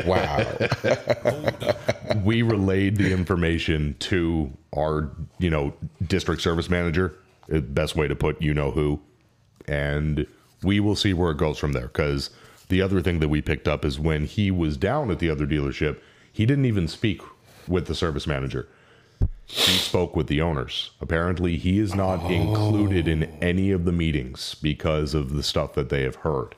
S5: Wow.
S1: we relayed the information to our you know district service manager. uh, Best way to put you know who, and we will see where it goes from there. Because the other thing that we picked up is when he was down at the other dealership, he didn't even speak with the service manager. He spoke with the owners. Apparently, he is not included in any of the meetings because of the stuff that they have heard.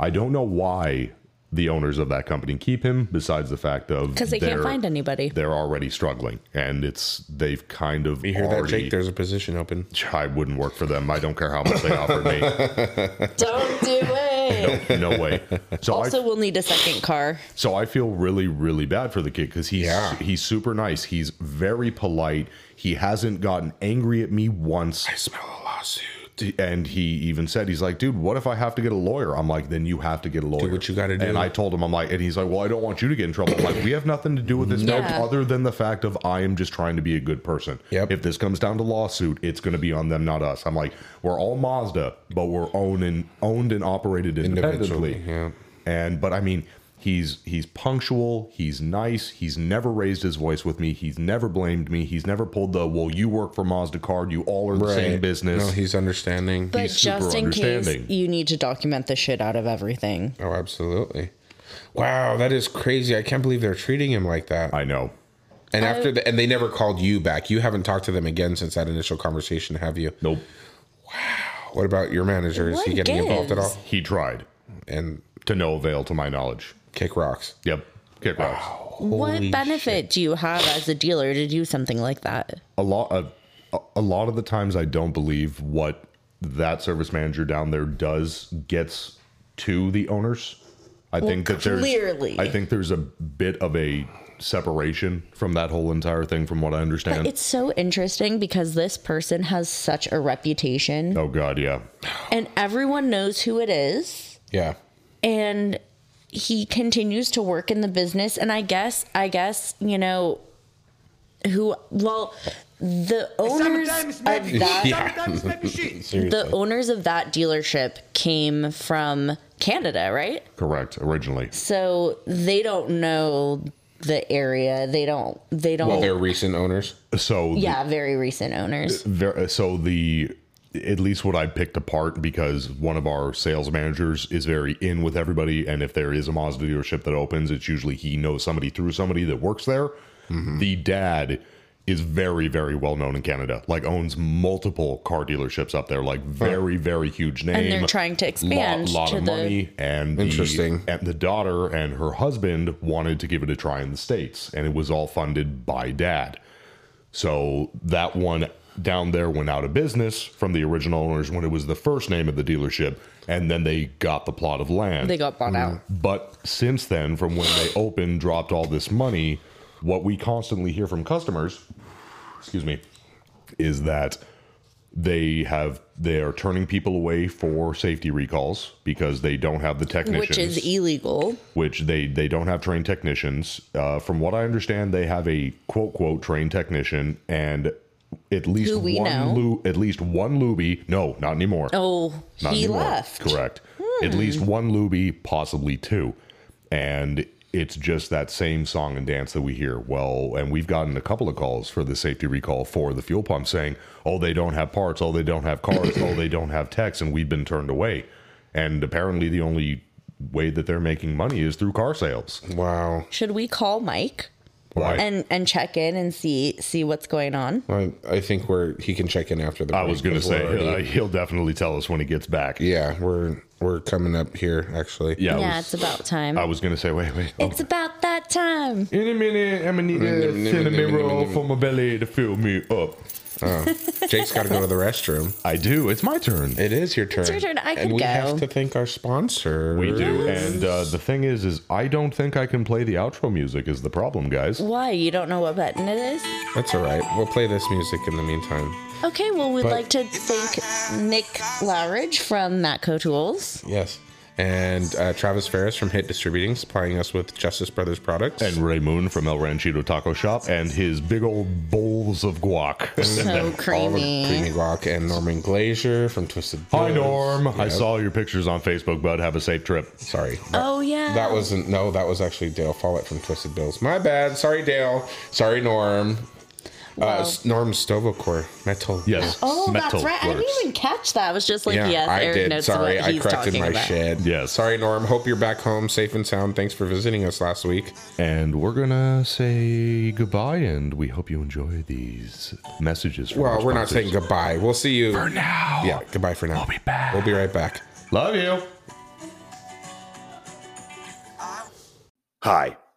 S1: I don't know why the owners of that company keep him, besides the fact of
S6: Because they can't
S1: they're-
S6: find anybody.
S1: they're already struggling, and it's they've kind of
S5: You hear that,
S1: already.
S5: Jake? There's a position open.
S1: I wouldn't work for them. I don't care how much they offer me.
S6: Don't do it.
S1: No way. So
S6: Also,
S1: I
S6: we'll need a second car.
S1: so I feel really really bad for the kid because he's
S5: Yeah.
S1: he's super nice. He's very polite. He hasn't gotten angry at me once.
S5: I smell a lawsuit.
S1: and he even said he's like, dude, what if I have to get a lawyer? I'm like, then you have to get a lawyer.
S5: what you gotta do.
S1: And I told him, I'm like, and he's like, well, I don't want you to get in trouble. I'm like, we have nothing to do with this
S6: Nope.
S1: note other than the fact of I am just trying to be a good person.
S5: Yep.
S1: If this comes down to lawsuit, it's going to be on them, not us. I'm like, we're all Mazda, but we're owned and owned and operated independently.
S5: Individually, yeah.
S1: And but I mean, he's he's punctual, he's nice, he's never raised his voice with me, he's never blamed me, he's never pulled the well, you work for Mazda card, you all are the same business.
S5: No, he's understanding.
S6: But
S1: He's super
S6: just in case
S1: understanding.
S6: you need to document the shit out of everything.
S5: oh, absolutely. Wow, that is crazy. I can't believe they're treating him like that.
S1: I know.
S5: and after the, and they never called you back. You haven't talked to them again since that initial conversation, have you?
S1: Nope.
S5: What about your manager? Is he
S6: What
S5: getting involved at all?
S6: gives?
S1: He tried
S5: And
S1: to no avail to my knowledge.
S5: kick rocks.
S1: Yep. Kick rocks.
S5: Holy
S6: what benefit do you have as a dealer to do something like that?
S1: a lot of a- a lot of the times I don't believe what that service manager down there does gets to the owners. I think that there's
S6: clearly.
S1: I think there's a bit of a separation from that whole entire thing from what I understand.
S6: It's so interesting because this person has such a reputation
S1: oh god, yeah.
S6: and everyone knows who it is
S5: Yeah.
S6: and he continues to work in the business and I guess I guess, you know, who well the owners
S7: Sometimes
S6: of
S7: maybe,
S6: that
S7: sometimes maybe she.
S6: the owners of that dealership came from Canada, right?
S1: Correct. Originally.
S6: So they don't know the area. They don't they don't
S5: Well, they're recent owners.
S1: So the-
S6: yeah, very recent owners.
S1: ver- uh, so the at least what I picked apart because one of our sales managers is very in with everybody, and if there is a Mazda dealership that opens, it's usually he knows somebody through somebody that works there. The dad is very very well known in Canada, like owns multiple car dealerships up there, like very very huge name.
S6: And they're trying to expand
S1: lot, lot
S6: to
S1: of
S6: the-
S1: money, and the-
S5: Interesting.
S1: and the daughter and her husband wanted to give it a try in the states, and it was all funded by dad. So that one down there went out of business from the original owners when it was the first name of the dealership, and then they got the plot of land.
S6: They got bought out.
S1: but since then, from when they opened, dropped all this money, what we constantly hear from customers, excuse me, is that they have they are turning people away for safety recalls because they don't have the
S5: Mm,
S1: technicians
S6: Which is illegal.
S1: which they they don't have trained technicians. Uh, from what I understand, they have a quote quote trained technician and at least
S6: Who we know.
S1: one lu- at least one luby. No, not anymore.
S6: Oh,
S1: not
S6: he left. Hmm.
S1: Correct. At least one luby, possibly two, and it's just that same song and dance that we hear. Well, and we've gotten a couple of calls for the safety recall for the fuel pump saying, "Oh, they don't have parts. Oh, they don't have cars. oh, they don't have techs," and we've been turned away. And apparently, the only way that they're making money is through car sales.
S5: Wow.
S6: Should we call Mike
S1: Why?
S6: and and check in and see see what's going on?
S5: I, I think we're he can check in after the.
S1: I was
S5: break
S1: going to
S5: 'cause we're
S1: say uh,
S5: already-
S1: he'll definitely tell us when he gets back.
S5: yeah, we're we're coming up here actually.
S1: Yeah. I
S6: yeah,
S1: was-
S6: it's about time.
S1: I was going to say, wait, wait.
S6: it's about that time.
S1: In a minute, I'm gonna need a cinnamon roll for my belly to fill me up.
S5: Jake's got to go to the restroom.
S1: I do. It's my turn.
S5: It is your turn.
S6: your turn. I
S5: and
S6: can
S5: we
S6: go.
S5: have to thank our sponsor.
S1: We do. And uh, the thing is, is I don't think I can play the outro music. Is the problem, guys?
S6: Why? You don't know what button it is?
S5: That's all right. We'll play this music in the meantime.
S6: Okay, well we'd
S5: But-
S6: like to thank Nick Lowridge from Matco Tools.
S5: Yes. And uh, Travis Ferris from Hit Distributing supplying us with Justice Brothers products.
S1: And Ray Moon from El Ranchito Taco Shop and his big old bowls of guac.
S6: So
S5: all the creamy
S6: creamy.
S5: guac and Norman Glazier from Twisted.
S1: Hi,
S5: Goods.
S1: Norm. I
S5: Yep.
S1: saw your pictures on Facebook, bud. Have a safe trip.
S5: Sorry.
S6: Oh yeah.
S5: That wasn't no. That was actually Dale Follett from Twisted Bills. My bad. Sorry, Dale. Sorry, Norm. Uh,
S6: Wow.
S5: S- Norm Stovokor metal.
S1: Yes.
S6: Oh, that's
S1: Metal
S6: right. I didn't
S1: works.
S6: even catch that. I was just like,
S5: Yeah,
S6: yes,
S5: I
S6: Eric
S5: did.
S6: knows
S5: Sorry,
S6: what
S5: I
S6: he's
S5: corrected
S6: talking
S5: my
S6: about.
S5: shit.
S1: Yes.
S5: Sorry, Norm. Hope you're back home safe and sound. Thanks for visiting us last week.
S1: And we're gonna say goodbye, and we hope you enjoy these messages. From
S5: Well,
S1: our
S5: we're not saying
S1: sponsors.
S5: goodbye. We'll see you. For
S1: now.
S5: Yeah, goodbye for now.
S1: We'll be back.
S5: We'll be right back.
S1: Love you.
S10: Hi,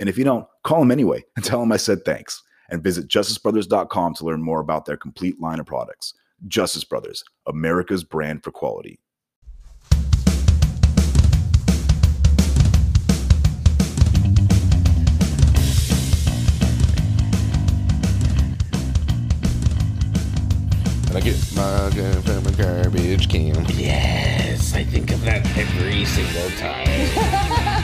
S10: And if you don't, call him anyway and tell him I said thanks. And visit justicebrothers.com to learn more about their complete line of products. Justice Brothers, America's brand for quality.
S5: And I get my gun from a garbage can.
S9: Yes, I think of that every single time.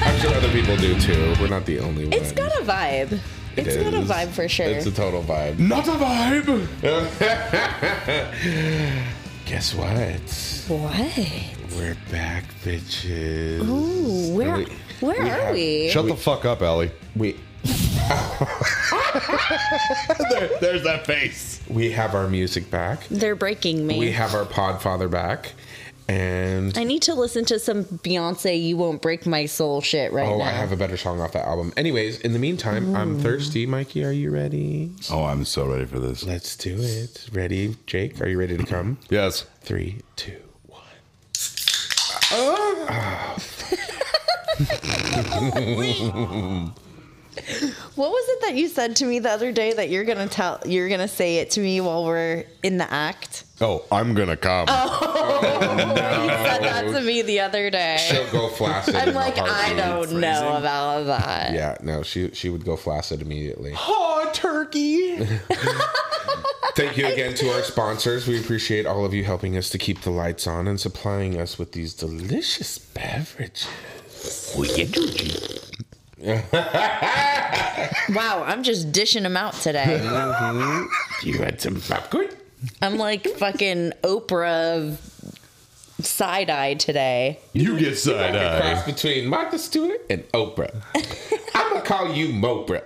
S5: I'm sure other people do too. We're not the only ones.
S6: It's got a vibe.
S5: It
S6: it's got a
S5: is.
S6: vibe for sure.
S5: It's a total vibe.
S2: Not a vibe.
S5: Guess what?
S6: what?
S5: We're back, bitches.
S6: Ooh, where
S5: we-
S6: where
S5: we
S6: are
S5: have-
S6: we?
S1: Shut the fuck up, Allie.
S5: We
S1: There's that face.
S5: we have our music back.
S6: They're breaking me.
S5: We have our Podfather back, and
S6: I need to listen to some Beyonce "You Won't Break My Soul" shit right
S5: oh,
S6: now.
S5: I have a better song off that album. Anyways, in the meantime, I'm thirsty. Mikey, are you ready?
S2: Oh, I'm so ready for this.
S5: Let's do it. Ready, Jake? Are you ready to come?
S1: Yes.
S5: Three, two, one.
S6: What was it that you said to me the other day that you're gonna tell? You're gonna say it to me while we're in the act.
S1: Oh, I'm gonna come.
S5: Oh,
S6: You said that to me the other day.
S5: She'll go flaccid. in
S6: I'm
S5: a
S6: like, I
S5: heartbeat.
S6: don't know about that.
S5: Yeah, no, she she would go flaccid immediately.
S1: Aw, turkey.
S5: Thank you again to our sponsors. We appreciate all of you helping us to keep the lights on and supplying us with these delicious beverages.
S6: Wow, I'm just dishing them out today.
S5: You had some popcorn?
S6: I'm like fucking Oprah side eye today.
S1: You get side
S5: Cross
S1: eye.
S5: between Martha Stewart and Oprah. I'm gonna call you Mopra.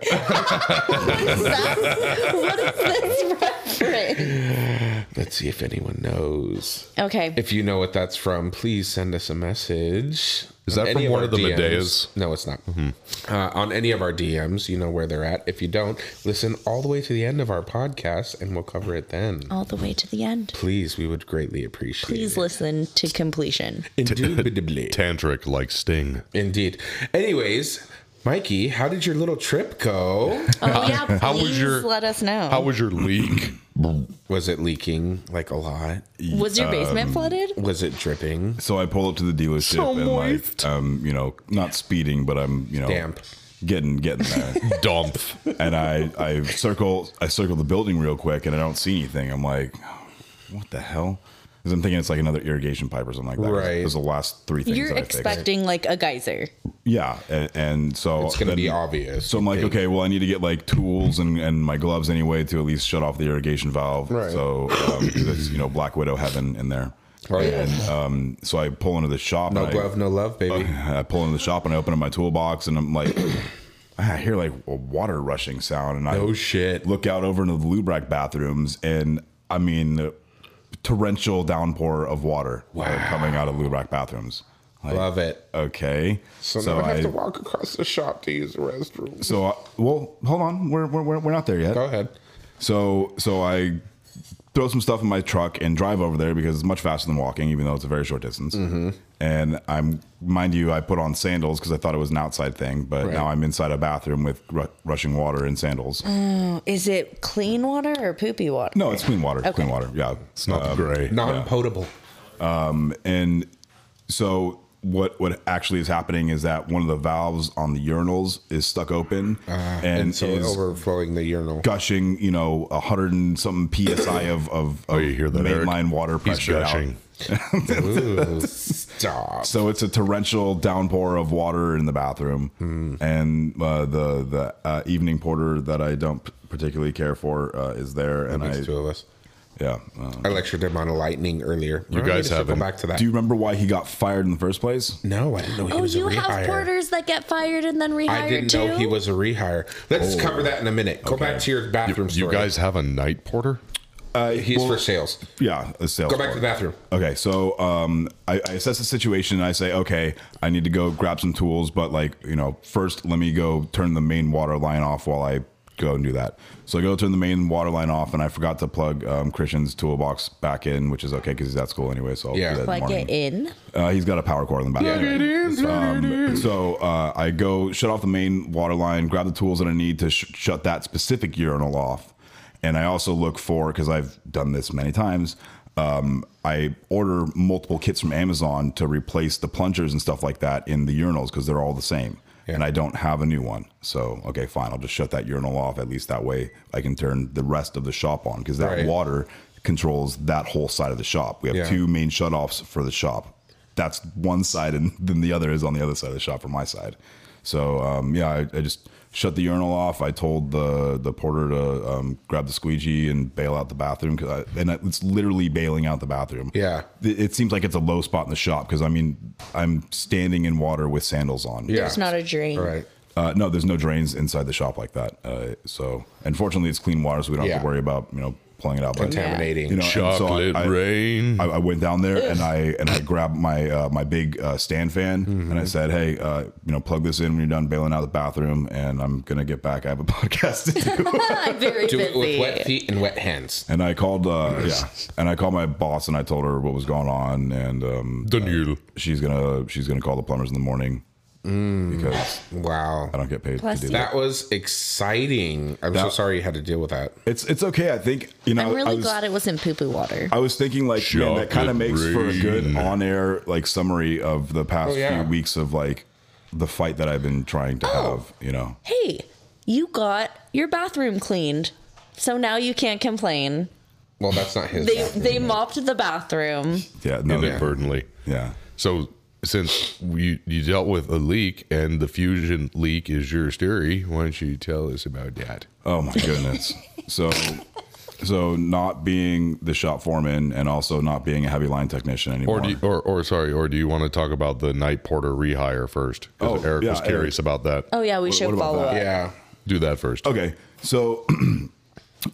S6: what is this reference?
S5: Let's see if anyone knows.
S6: Okay.
S5: If you know what that's from, please send us a message.
S1: Is
S5: On
S1: that
S5: any
S1: from one
S5: our
S1: of the
S5: DMs.
S1: Medeas? Mm-hmm.
S5: No, it's not. Uh, on any of our DMs, you know where they're at. If you don't, listen all the way to the end of our podcast, and we'll cover it then.
S6: All the way to the end.
S5: Please, we would greatly appreciate
S6: Please
S5: it.
S6: listen to completion.
S5: Indubitably.
S1: Tantric like Sting.
S5: Indeed. Anyways, Mikey, how did your little trip go?
S6: Oh yeah, please
S1: How was your-
S6: let us know.
S1: How was your leak?
S5: Was it leaking like a lot?
S6: was your basement flooded?
S5: Was it dripping?
S2: So I pull up to the dealership and like, um, you know, not speeding, but I'm, you know,
S5: Damp.
S2: getting getting there.
S1: Dump.
S2: and I I circle I circle the building real quick and I don't see anything. I'm like, what the hell? Because I'm thinking it's like another irrigation pipe or something like that. 'Cause
S5: Right.
S2: Those are the last three things
S6: You're
S2: that I fixed.
S6: expecting like a geyser.
S2: Yeah, and, and so
S5: It's gonna
S2: then-
S5: be obvious,
S2: So I'm
S5: you
S2: like,
S5: think.
S2: okay, well, I need to get like tools and, and my gloves anyway to at least shut off the irrigation valve.
S5: Right.
S2: So um, there's you know Black Widow heaven in there.
S5: Right.
S2: And um, so I pull into the shop.
S5: Oh, No
S2: and I-
S5: glove, no love, baby.
S2: I pull into the shop and I open up my toolbox and I'm like, I hear like a water rushing sound
S1: uh,
S2: and I
S5: No shit.
S2: look out over into the lube rack bathrooms and I mean torrential downpour of water uh, coming out of lube rack bathrooms. Like,
S5: Love it.
S2: Okay,
S5: So, now I have to walk across the shop to use the restroom.
S2: so I, well, hold on, we're we're we're we're not there yet.
S5: Go ahead.
S2: So so I throw some stuff in my truck and drive over there because it's much faster than walking, even though it's a very short distance.
S5: Mm-hmm.
S2: And I'm, mind you, I put on sandals because I thought it was an outside thing, but now I'm inside a bathroom with ru- rushing water and sandals.
S6: Is it clean water or poopy water?
S2: No, it's clean water. Clean water. Yeah. Um,
S1: It's not gray.
S5: Non potable.
S2: And so what what actually is happening is that one of the valves on the urinals is stuck open
S1: Ah,
S2: and,
S5: and so
S2: is
S5: overflowing the urinal.
S2: gushing, you know, a hundred and something psi of of, of
S1: Oh, you hear that, Eric?
S2: mainline water
S1: He's
S2: pressure out.
S1: gushing.
S5: Ooh, stop.
S2: So it's a torrential downpour of water in the bathroom,
S1: Hmm.
S2: and uh, the the uh, evening porter that I don't particularly care for uh, is there, and
S5: Makes
S2: I
S5: two of us.
S2: yeah. Uh,
S5: I lectured him on lightning earlier. You
S1: guys haven't-
S5: go back to that.
S2: do you remember why he got fired in the first place?
S5: no, I didn't know he
S6: Oh,
S5: was a
S6: you have
S5: rehire.
S6: porters that get fired and then rehired
S5: I didn't
S6: too.
S5: know he was a rehire.
S2: Oh.
S5: Let's cover that in a minute. Go back to your bathroom
S1: You
S5: story.
S1: guys have a night porter?
S5: he's for sales.
S2: Yeah, a sales.
S5: Go back to the bathroom.
S2: Okay, so um, I, I assess the situation and I say, okay, I need to go grab some tools, but like, you know, first let me go turn the main water line off while I go and do that. So I go turn the main water line off and I forgot to plug um, Christian's toolbox back in, which is okay because he's at school anyway. So I'll
S5: Yeah.
S2: do that in the
S6: Plug
S2: morning.
S6: it in.
S2: Uh, he's got a power cord in the back. Um, so uh, I go shut off the main water line, grab the tools that I need to sh- shut that specific urinal off, and I also look for because I've done this many times. Um, I order multiple kits from Amazon to replace the plungers and stuff like that in the urinals because they're all the same. And I don't have a new one, so okay, fine. I'll just shut that urinal off. At least that way, I can turn the rest of the shop on because that
S5: Right.
S2: water controls that whole side of the shop. We have
S5: Yeah.
S2: two main shutoffs for the shop. That's one side, and then the other is on the other side of the shop from my side. So um, yeah, I, I just shut the urinal off. I told the the porter to um, grab the squeegee and bail out the bathroom, 'cause I, and it's literally bailing out the bathroom.
S5: Yeah.
S2: it, it seems like it's a low spot in the shop because I mean I'm standing in water with sandals on.
S5: Yeah.
S6: There's not a drain.
S5: All right.
S2: Uh, no, there's no drains inside the shop like that. Uh, so, unfortunately, it's clean water, so we don't have
S5: Yeah.
S2: to worry about you know pulling it out. But
S5: Contaminating.
S2: you know, and so I-
S1: Chocolate
S2: I-
S1: rain.
S2: I, I went down there and I and I grabbed my uh, my big uh, stand fan and I said, "Hey, uh, you know, plug this in when you're done bailing out the bathroom, and I'm gonna get back. I have a podcast to do."
S6: I'm very
S5: Do it with
S6: busy.
S5: wet feet and wet hands.
S2: and I called, uh, yeah, and I called my boss and I told her what was going on, and um,
S1: Daniel.
S2: she's gonna she's gonna call the plumbers in the morning because
S5: Wow.
S2: I don't get paid to
S6: Plus
S2: do
S6: you-
S2: that.
S5: That was exciting. I'm so
S2: That-
S5: sorry you had to deal with that.
S2: It's it's okay. I think you know.
S6: I'm
S2: I
S6: really
S2: was,
S6: glad it wasn't poo poo water.
S2: I was thinking like man, that kind of
S1: Chocolate
S2: makes for a good
S1: rain.
S2: on-air like summary of the past
S5: Oh, yeah.
S2: few weeks of like the fight that I've been trying to
S6: Oh.
S2: have. You know,
S6: hey, you got your bathroom cleaned. So now you can't complain.
S5: Well, that's not his.
S6: They
S5: bathroom.
S6: they mopped the bathroom.
S2: Oh, yeah, no,
S1: Yeah. Inadvertently.
S2: yeah.
S1: So since you you dealt with a leak and the fusion leak is your theory, why don't you tell us about that?
S2: Oh my goodness. so, so not being the shop foreman and also not being a heavy line technician anymore.
S1: Or do you, or or sorry, or do you want to talk about the night porter rehire first? 'Cause
S2: Oh,
S1: Eric
S2: yeah,
S1: was curious about that.
S6: Oh yeah, we should
S2: what about
S6: follow
S2: that?
S6: up.
S5: Yeah.
S1: Do that first.
S2: Okay, so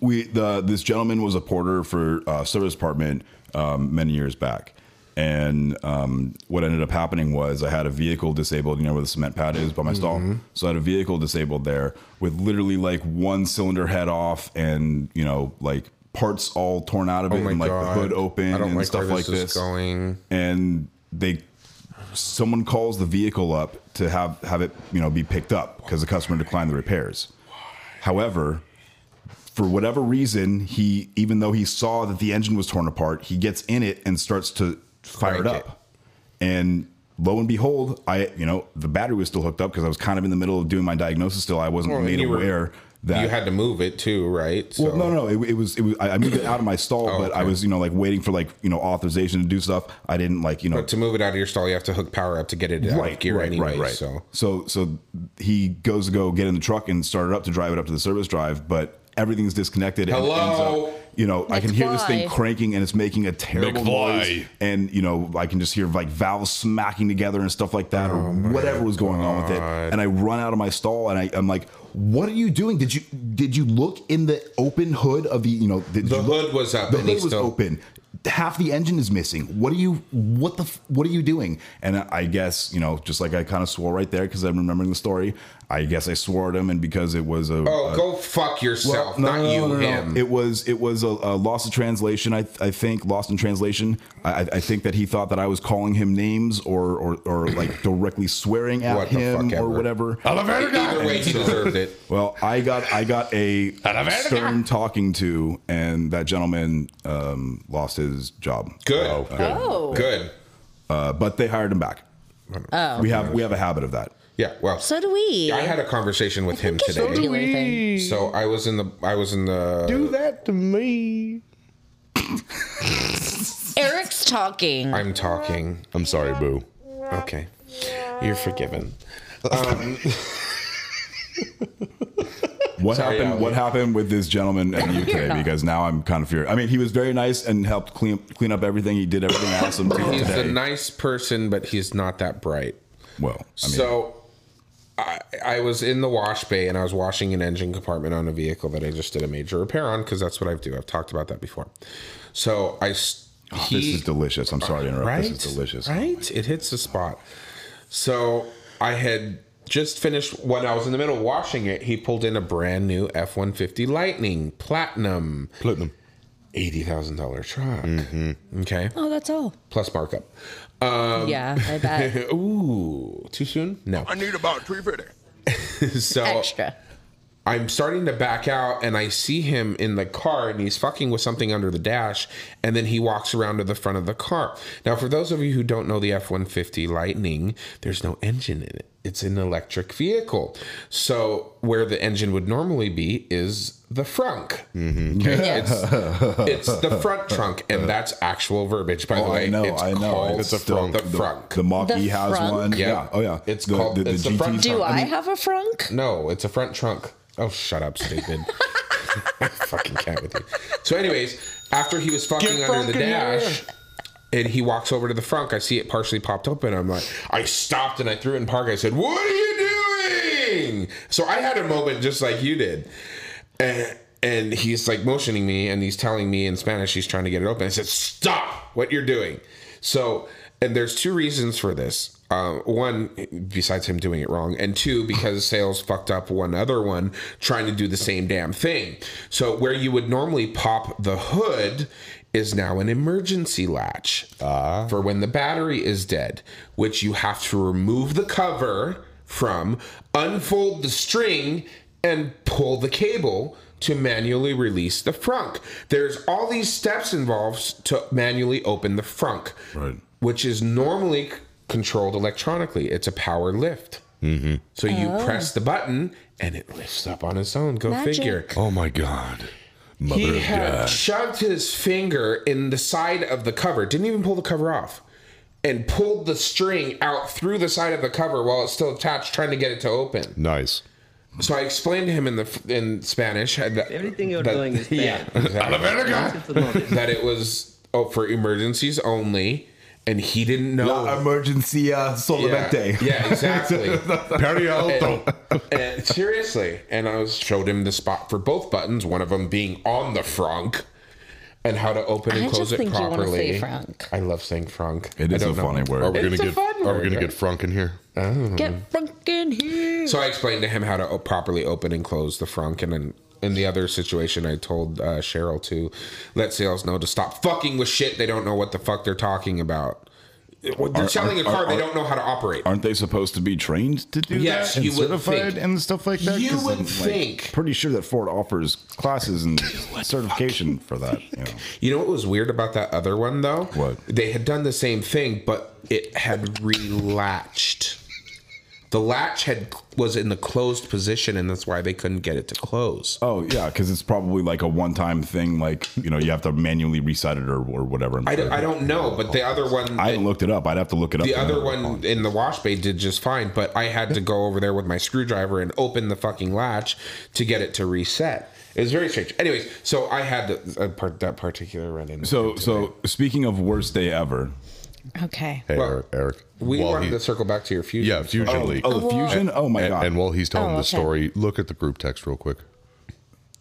S2: we the this gentleman was a porter for uh, service department um, many years back, and um, what ended up happening was I had a vehicle disabled. You know where the cement pad is by my
S5: Mm-hmm.
S2: stall, so I had a vehicle disabled there with literally like one cylinder head off, and you know like parts all torn out of it,
S5: Oh my
S2: and like
S5: god.
S2: the hood open
S5: I don't
S2: and
S5: like
S2: stuff
S5: where
S2: like
S5: this
S2: this
S5: is going.
S2: and they someone calls the vehicle up to have have it you know be picked up because the customer declined the repairs however for whatever reason he even though he saw that the engine was torn apart he gets in it and starts to fire
S5: Crank
S2: it up and lo and behold i you know the battery was still hooked up because i was kind of in the middle of doing my diagnosis still i wasn't
S5: Well,
S2: made
S5: you were-
S2: aware that
S5: you had to move it too, right? So, Oh,
S2: well, no, no, it, it was, it was. I I moved it out of my stall, but I
S5: okay.
S2: was, you know, like waiting for like, you know, authorization to do stuff. I didn't like, you know,
S5: But to move it out of your stall, you have to hook power up to get it out of gear anyway. So
S2: so so he goes to go get in the truck and start it up to drive it up to the service drive, but everything's disconnected. and it
S5: Hello?
S2: ends up- you know, I can hear this thing
S6: McFly.
S2: cranking and it's making a terrible
S1: McFly.
S2: noise, and you know, I can just hear like valves smacking together and stuff like that,
S5: Oh
S2: or whatever was going on with it. And I run out of my stall and I, I'm like, "What are you doing? Did you did you look in the open hood of the you know did
S5: The
S2: you look-
S5: hood was up
S2: The
S5: and he
S2: hood was
S5: still-
S2: open. Half the engine is missing. What are you? What the? f- What are you doing? And I- I guess you know, just like I kind of swore right there because I'm remembering the story. I guess I swore at him, and because it was a
S5: Oh,
S2: a-
S5: go fuck yourself,
S2: no,
S5: not
S2: no, no,
S5: you,
S2: no, no, no.
S5: him.
S2: It was it was a, a loss of translation. I I think lost in translation. I, I- I think that he thought that I was calling him names or or, or like directly swearing at
S5: What the
S2: him
S5: fuck
S2: or
S5: ever.
S2: whatever.
S5: Either way, he deserved it.
S2: Well, I got I got a stern talking to, and that gentleman um, lost his job.
S5: Good.
S1: Oh, good.
S6: Oh.
S5: Good.
S2: Uh, but they hired him back.
S6: Oh.
S2: we have we have a habit of that.
S5: Yeah, well,
S6: So do we.
S5: I had a conversation with him
S6: it's a
S5: today.
S6: regular thing.
S5: So I was in the I was in the
S1: Do that to me.
S6: Eric's talking.
S5: I'm talking.
S1: I'm sorry, Boo.
S5: Okay. You're forgiven. Um,
S2: What
S5: Sorry,
S2: happened?
S5: Ali.
S2: What happened with this gentleman at you today? Because now I'm kind of furious. I mean, he was very nice and helped clean clean up everything. He did everything I asked him to
S5: He's a
S2: today.
S5: nice person, but he's not that bright.
S2: well, I mean,
S5: so I, I was in the wash bay and I was washing an engine compartment on a vehicle that I just did a major repair on because that's what I do. I've talked about that before. So I s-
S2: Oh, this
S5: he-
S2: is delicious. I'm sorry to interrupt.
S5: right?
S2: This is delicious. Oh
S5: Right? It hits the spot. So I had just finished when I was in the middle of washing it. He pulled in a brand new F one fifty Lightning Platinum,
S1: Platinum.
S5: eighty thousand dollar truck.
S2: Mm-hmm.
S5: Okay,
S6: oh, that's all.
S5: plus markup.
S6: yeah, I bet.
S5: Ooh, too soon? No.
S7: I need about 350.
S5: So
S6: Extra.
S5: I'm starting to back out and I see him in the car and he's fucking with something under the dash and then he walks around to the front of the car. Now, for those of you who don't know the F 150 Lightning, there's no engine in it, it's an electric vehicle. So, where the engine would normally be is the frunk.
S2: Mm-hmm.
S5: Okay? It's, it's the front trunk and that's actual verbiage, by the
S2: Oh,
S5: way.
S2: I know.
S5: It's
S2: I know.
S5: called
S2: It's a front.
S5: The frunk.
S2: The, the Mach E
S6: The
S2: has
S6: frunk?
S2: one.
S5: Yeah.
S2: Yeah. Oh yeah.
S5: It's called- it's the front
S6: Do I have a frunk?
S5: No, it's a front trunk. Oh, shut up, stupid. I fucking cat with you. So, anyways, after he was fucking under the dash, and he walks over to the frunk, I see it partially popped open. I'm like, I stopped and I threw it in park. I said, "What are you doing?" So I had a moment just like you did, and and he's like motioning me, and he's telling me in Spanish he's trying to get it open. I said, "Stop what you're doing." So, and there's two reasons for this. Uh, one, besides him doing it wrong, and two, because sales fucked up one other one trying to do the same damn thing. So, where you would normally pop the hood is now an emergency latch for when the battery is dead, which you have to remove the cover from, unfold the string, and pull the cable to manually release the frunk. There's all these steps involved to manually open the frunk,
S2: Right.
S5: which is normally c- controlled electronically. It's a power lift.
S1: Mm-hmm.
S5: So you press the button and it lifts up on its own. Go
S6: Magic.
S5: figure.
S1: Oh my God. Mother
S5: He
S1: of
S5: had
S1: God.
S5: shoved his finger in the side of the cover, didn't even pull the cover off, and pulled the string out through the side of the cover while it's still attached, trying to get it to open.
S1: Nice.
S5: So I explained to him in the in Spanish uh, that
S11: Everything you're
S5: that-
S11: doing is bad.
S5: yeah, exactly. that it was oh for emergencies only, and he didn't know.
S2: emergency uh,
S5: Oh. yeah, yeah, exactly.
S1: Perry Alto.
S5: And seriously, and I was showed him the spot for both buttons, one of them being on the frunk, and how to open and
S6: I
S5: close
S6: just
S5: it
S6: think you wanna
S5: properly.
S6: say frunk.
S5: I love saying frunk.
S2: It
S5: I
S2: is
S5: don't
S2: a
S5: know.
S2: funny word.
S1: Are we
S5: It's
S1: gonna
S5: a
S1: get
S5: fun
S1: Are we
S5: word,
S1: gonna
S5: right?
S1: get Frunk in here?
S5: Mm-hmm.
S6: Get frunk in here.
S5: So I explained to him how to o- properly open and close the frunk, and then in the other situation, I told uh, Cheryl to let sales know to stop fucking with shit. They don't know what the fuck they're talking about. They're
S2: Are-
S5: selling a
S2: are-
S5: car.
S2: are-
S5: they don't know how to operate.
S2: Aren't they supposed to be trained to do
S5: Yes,
S2: that?
S5: you
S2: and
S5: would
S2: certified
S5: think.
S2: and stuff like that?
S5: You
S2: 'Cause
S5: would
S2: I'm, like,
S5: think.
S2: pretty sure that Ford offers classes and certification for that. You know.
S5: You know what was weird about that other one though?
S2: What?
S5: They had done the same thing, but it had relatched. The latch had was in the closed position, and that's why they couldn't get it to close.
S2: Oh yeah, because it's probably like a one-time thing. Like you know, you have to manually reset it or, or whatever. I'm
S5: I, don't,
S2: sure.
S5: I don't know, but the other one,
S2: I haven't looked it up. I'd have to look it up.
S5: the
S2: and
S5: other
S2: then-
S5: one in the wash bay did just fine. But I had to go over there with my screwdriver and open the fucking latch to get it to reset. It was very strange. Anyways, so I had the, uh, part, that particular run in.
S2: So so speaking of worst day ever.
S6: Okay.
S1: Hey,
S5: Well,
S1: Eric. Eric.
S5: we
S1: While
S5: wanted
S1: he-
S5: to circle back to your future.
S1: yeah, Fusion League.
S2: Oh, the fusion! Oh my
S1: and,
S2: god!
S1: and while he's telling
S6: Oh,
S1: the
S6: okay.
S1: story, look at the group text real quick.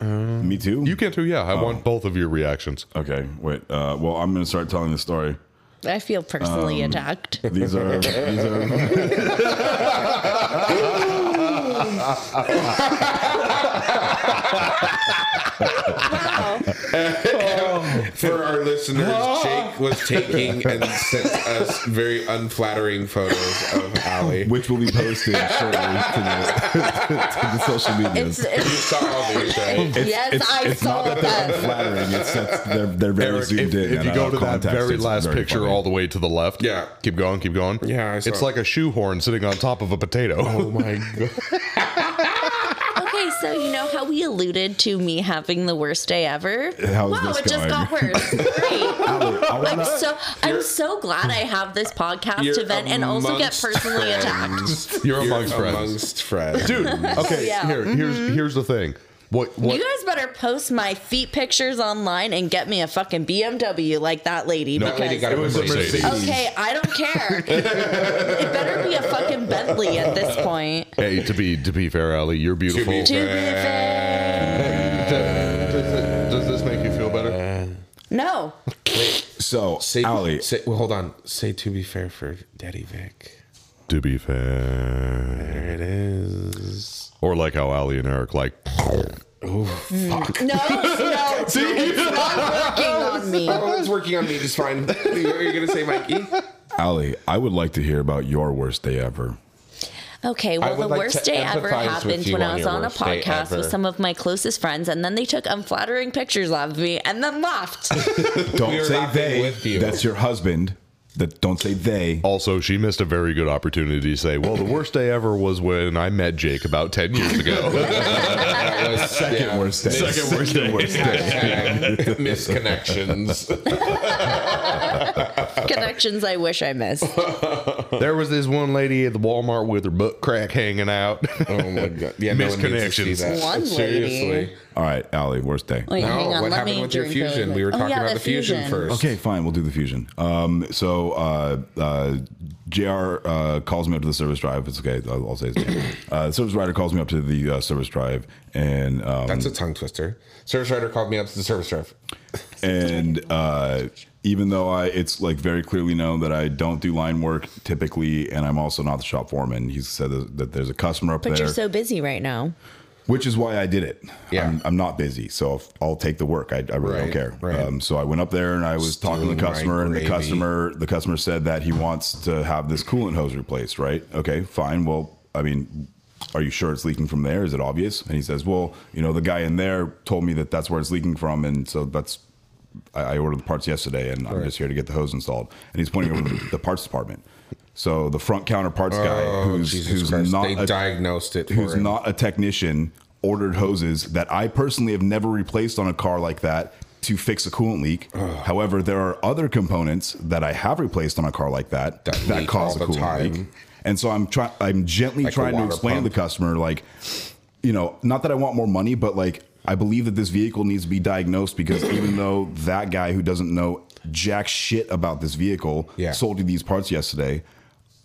S2: Me too.
S1: You can too. Yeah, I want both of your reactions.
S2: okay, wait. Uh, well, I'm gonna start telling the story.
S6: I feel personally
S5: Um,
S6: attacked.
S2: These are these are.
S5: For our listeners, Jake was taking and sent us very unflattering photos of Allie.
S2: Which will be posted shortly to the, to the social medias.
S6: It's, it's,
S5: Saw all these, right?
S6: yes, I saw
S2: not that they're
S6: them.
S2: unflattering. It's that they're, they're very
S1: Eric,
S2: zoomed
S1: if,
S2: in.
S1: if
S2: and
S1: you
S2: out
S1: go
S2: of
S1: to that
S2: context,
S1: very
S2: it's
S1: last
S2: very
S1: picture
S2: funny.
S1: all the way to the left,
S5: Yeah.
S1: keep going, keep going.
S5: Yeah, I saw
S1: it's
S5: it.
S1: like a shoehorn sitting on top of a potato.
S5: Oh my god!
S6: Okay, so you know how we alluded to me having the worst day ever?
S2: How is
S6: wow,
S2: this
S6: it just
S2: going?
S6: got worse. Great.
S2: I wanna-
S6: I'm so I'm so glad I have this podcast
S5: You're
S6: event and also get
S5: amongst
S6: personally attacked.
S5: friends.
S1: You're amongst friends.
S5: amongst friends.
S1: Dude, okay,
S6: yeah.
S1: here, here's here's the thing. What what
S6: You guys better post my feet pictures online and get me a fucking BMW like that lady.
S5: that lady got a
S1: It was a
S5: Mercedes.
S1: Mercedes.
S6: Okay, I don't care. it better be a fucking Bentley at this point.
S1: Hey, to be to be fair, Ali, you're beautiful.
S5: be-
S1: Does,
S6: To be fair.
S1: it- does this make you feel better?
S6: No.
S2: So,
S5: Say,
S2: Allie,
S5: say, well, hold on. Say to be fair for Daddy Vic.
S1: To be fair,
S5: There it is.
S1: or like how Ali and Eric like.
S6: No, no, it's not working on me.
S5: Oh, it's working on me just fine. What Are you, going to say, Mikey?
S2: Allie, I would like to hear about your worst day ever.
S6: Okay,
S5: I
S6: well,
S5: would
S6: the
S5: like
S6: worst
S5: to
S6: day ever
S5: empathize with
S6: happened
S5: you
S6: when
S5: on
S6: I was
S5: your
S6: on a
S5: worst day
S6: podcast with
S5: ever.
S6: some of my closest friends, and then they took unflattering pictures of me and then laughed.
S2: Don't
S5: We are
S2: say
S5: laughing
S2: they.
S5: with you.
S2: That's your husband. That don't say they.
S1: Also, she missed a very good opportunity to say, "Well, the worst day ever was when I met Jake about ten years ago."
S5: That was second
S2: worst day.
S1: Second worst day.
S5: Misconnections.
S6: Connections I wish I missed.
S1: there was this one lady at the Walmart with her butt crack hanging out.
S5: Oh my god! Yeah, no one needs to see
S1: Misconnections.
S5: that.
S6: One
S5: Seriously.
S6: lady.
S2: All right, Allie, worst day.
S6: Wait,
S5: No,
S6: hang on,
S5: what
S6: let me
S5: happened with your
S6: drink really
S5: fusion?
S6: quick.
S5: We were
S6: Oh,
S5: talking
S6: yeah,
S5: about the fusion, first.
S2: Okay, fine. We'll do the fusion. Um, so uh, uh, Jr. Uh, calls me up to the service drive. It's okay. I'll, I'll say his name. Uh, the service rider calls me up to the uh, service drive, and um,
S5: That's a tongue twister. Service writer called me up to the service drive.
S2: and uh, even though I, it's like very clearly known that I don't do line work typically, and I'm also not the shop foreman. He said that that there's a customer up
S6: But
S2: there,
S6: you're so busy right now.
S2: which is why I did it.
S5: Yeah.
S2: I'm, I'm not busy, so if- I'll take the work. I, I really
S5: Right,
S2: don't care.
S5: right.
S2: Um, so I went up there and I was talking to the
S5: doing my
S2: customer, and the
S5: gravy.
S2: customer the customer said that he wants to have this coolant hose replaced. Right? Okay, fine. Well, I mean. Are you sure it's leaking from there? Is it obvious? And he says, "Well, you know, the guy in there told me that that's where it's leaking from, and so that's I, I ordered the parts yesterday, and I'm just here to get the hose installed. And he's pointing over to the parts department. So the front counter parts guy, who's
S5: Oh, Jesus
S2: who's
S5: Christ.
S2: not
S5: They diagnosed it for
S2: who's
S5: him.
S2: not a technician, ordered hoses that I personally have never replaced on a car like that to fix a coolant leak. However, there are other components that I have replaced on a car like that that,
S5: leak
S2: cause
S5: all
S2: a
S5: the
S2: coolant
S5: time.
S2: leak. And so I'm trying, I'm gently
S5: Like a
S2: trying to
S5: water
S2: explain to
S5: pump.
S2: the customer, like, you know, not that I want more money, but like I believe that this vehicle needs to be diagnosed because even though that guy who doesn't know jack shit about this vehicle
S5: Yeah.
S2: sold you these parts yesterday,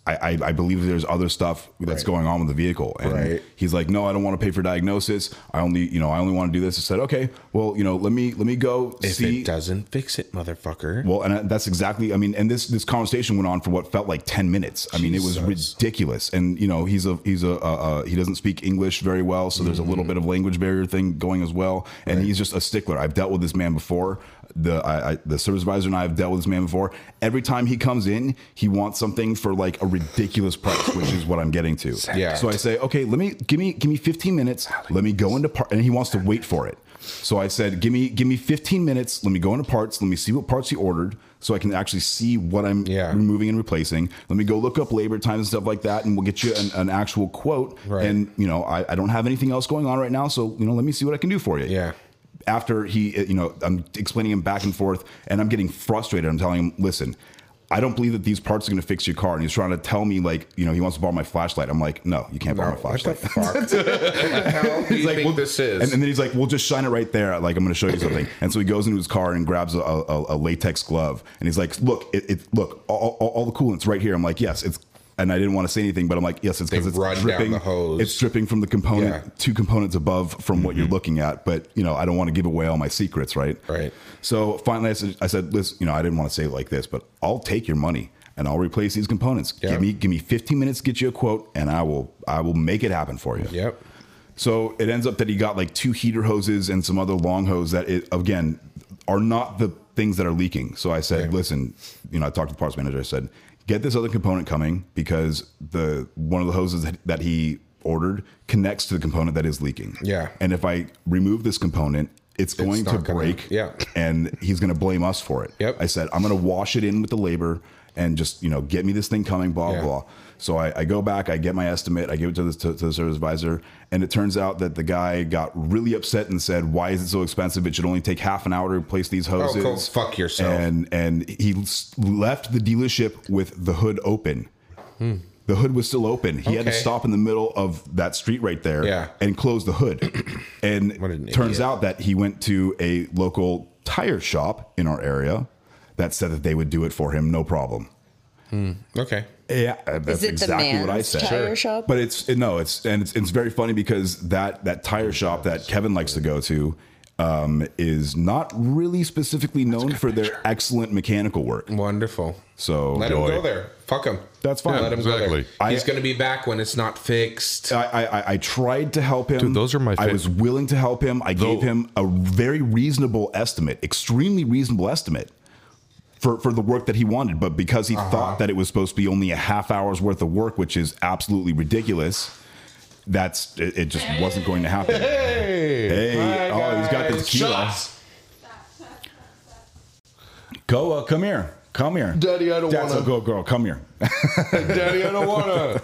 S2: I, I, I believe there's other stuff that's
S5: Right.
S2: going on with the vehicle. And
S5: Right.
S2: he's like, no, I don't want to pay for diagnosis. I only, you know, I only want to do this. I said, okay, well, you know, let me let me go
S5: If
S2: see.
S5: it doesn't fix it, motherfucker.
S2: Well, and I- that's exactly. I mean, and this this conversation went on for what felt like ten minutes. I mean, it was
S5: Jesus.
S2: ridiculous. And you know, he's a he's a uh, uh, he doesn't speak English very well, so there's a little bit of language barrier thing going as well. And he's just a stickler. I've dealt with this man before. The I, I, the service advisor and I have dealt with this man before. Every time he comes in, he wants something for like a ridiculous price, which is what I'm getting to.
S5: Yeah.
S2: So I say, okay, let me give me give me 15 minutes. Let me go into part, and he wants to wait for it. So I said, give me give me 15 minutes. Let me go into parts. Let me see what parts he ordered, so I can actually see what I'm
S5: Yeah.
S2: removing and replacing. Let me go look up labor times and stuff like that, and we'll get you an, an actual quote.
S5: Right.
S2: And you know, I, I don't have anything else going on right now, so you know, let me see what I can do for you
S5: Yeah.
S2: after he, you know, I'm explaining him back and forth, and I'm getting frustrated. I'm telling him, listen, I don't believe that these parts are going to fix your car. And he's trying to tell me, like, you know, he wants to borrow my flashlight. I'm like, no, you can't borrow my
S5: What the
S2: flashlight.
S5: fuck? What the hell do you think
S2: well-
S5: this
S2: And,
S5: is?
S2: and then he's like, "We'll just shine it right there. Like I'm going to show you something." And so he goes into his car and grabs a, a, a latex glove, and he's like, "Look, it, it look all, all, all the coolant's right here." I'm like, "Yes, it's." And I didn't want to say anything, but I'm like, "Yes, it's because
S5: They
S2: it's
S5: run down
S2: dripping.
S5: the hose.
S2: It's dripping from the component,
S5: Yeah. Mm-hmm.
S2: two components above from what you're looking at." But you know, I don't want to give away all my secrets, right?
S5: Right.
S2: So finally, I said, "I said, listen, you know, I didn't want to say it like this, but I'll take your money." And I'll replace these components.
S5: Yeah.
S2: Give me give me 15 minutes, get you a quote, and I will I will make it happen for you.
S5: yep.
S2: So it ends up that he got like two heater hoses and some other long hose that it, again are not the things that are leaking. So I said, listen, you know, I talked to the parts manager. I said, get this other component coming because the one of the hoses that- that he ordered connects to the component that is leaking.
S5: Yeah.
S2: And if I remove this component, it's going to
S5: not gonna-
S2: break.
S5: yeah.
S2: And he's going to blame us for it.
S5: Yep.
S2: I said, I'm going to wash it in with the labor and just, you know, get me this thing coming, blah,
S5: Yeah.
S2: blah. So I, I go back, I get my estimate, I give it to the, to, to the service advisor. And it turns out that the guy got really upset and said, why is it so expensive? It should only take half an hour to replace these
S5: Oh,
S2: hoses.
S5: cool. Fuck yourself.
S2: And, and he s- left the dealership with the hood open. The hood was still open. He had to
S5: Hmm. Okay.
S2: stop in the middle of that street right there
S5: Yeah.
S2: and close the hood. and
S5: an
S2: turns
S5: idiot.
S2: out that he went to a local tire shop in our area that said that they would do it for him, no problem.
S5: okay.
S2: Yeah, Uh, that's
S6: it the
S2: exactly what I
S6: man's
S2: said.
S6: tire Sure. shop?
S2: But it's no, it's and it's, it's very funny because that that tire shop that Kevin likes to go to um, is not really specifically known for their excellent mechanical work.
S5: Wonderful.
S2: So
S5: Let him go there. Fuck him.
S2: That's fine.
S5: let him
S1: Exactly.
S5: go there.
S2: I-
S5: He's going to be back when it's not fixed.
S2: I, I, I tried to help him.
S1: Dude, those are my
S2: I
S1: fa-
S2: was willing to help him. I
S1: Though-
S2: gave him a very reasonable estimate, extremely reasonable estimate for, for the work that he wanted. But because
S5: Uh-huh.
S2: he thought that it was supposed to be only a half hour's worth of work, which is absolutely ridiculous, that's it, it just wasn't going to happen.
S5: hey.
S2: Hey, oh, he's got the
S5: guys.
S2: tequila.
S5: Shots.
S2: Koa, come here. Come here.
S5: Daddy, I don't
S2: That's
S5: wanna-
S2: a go girl. Come here.
S5: Daddy, I don't want to.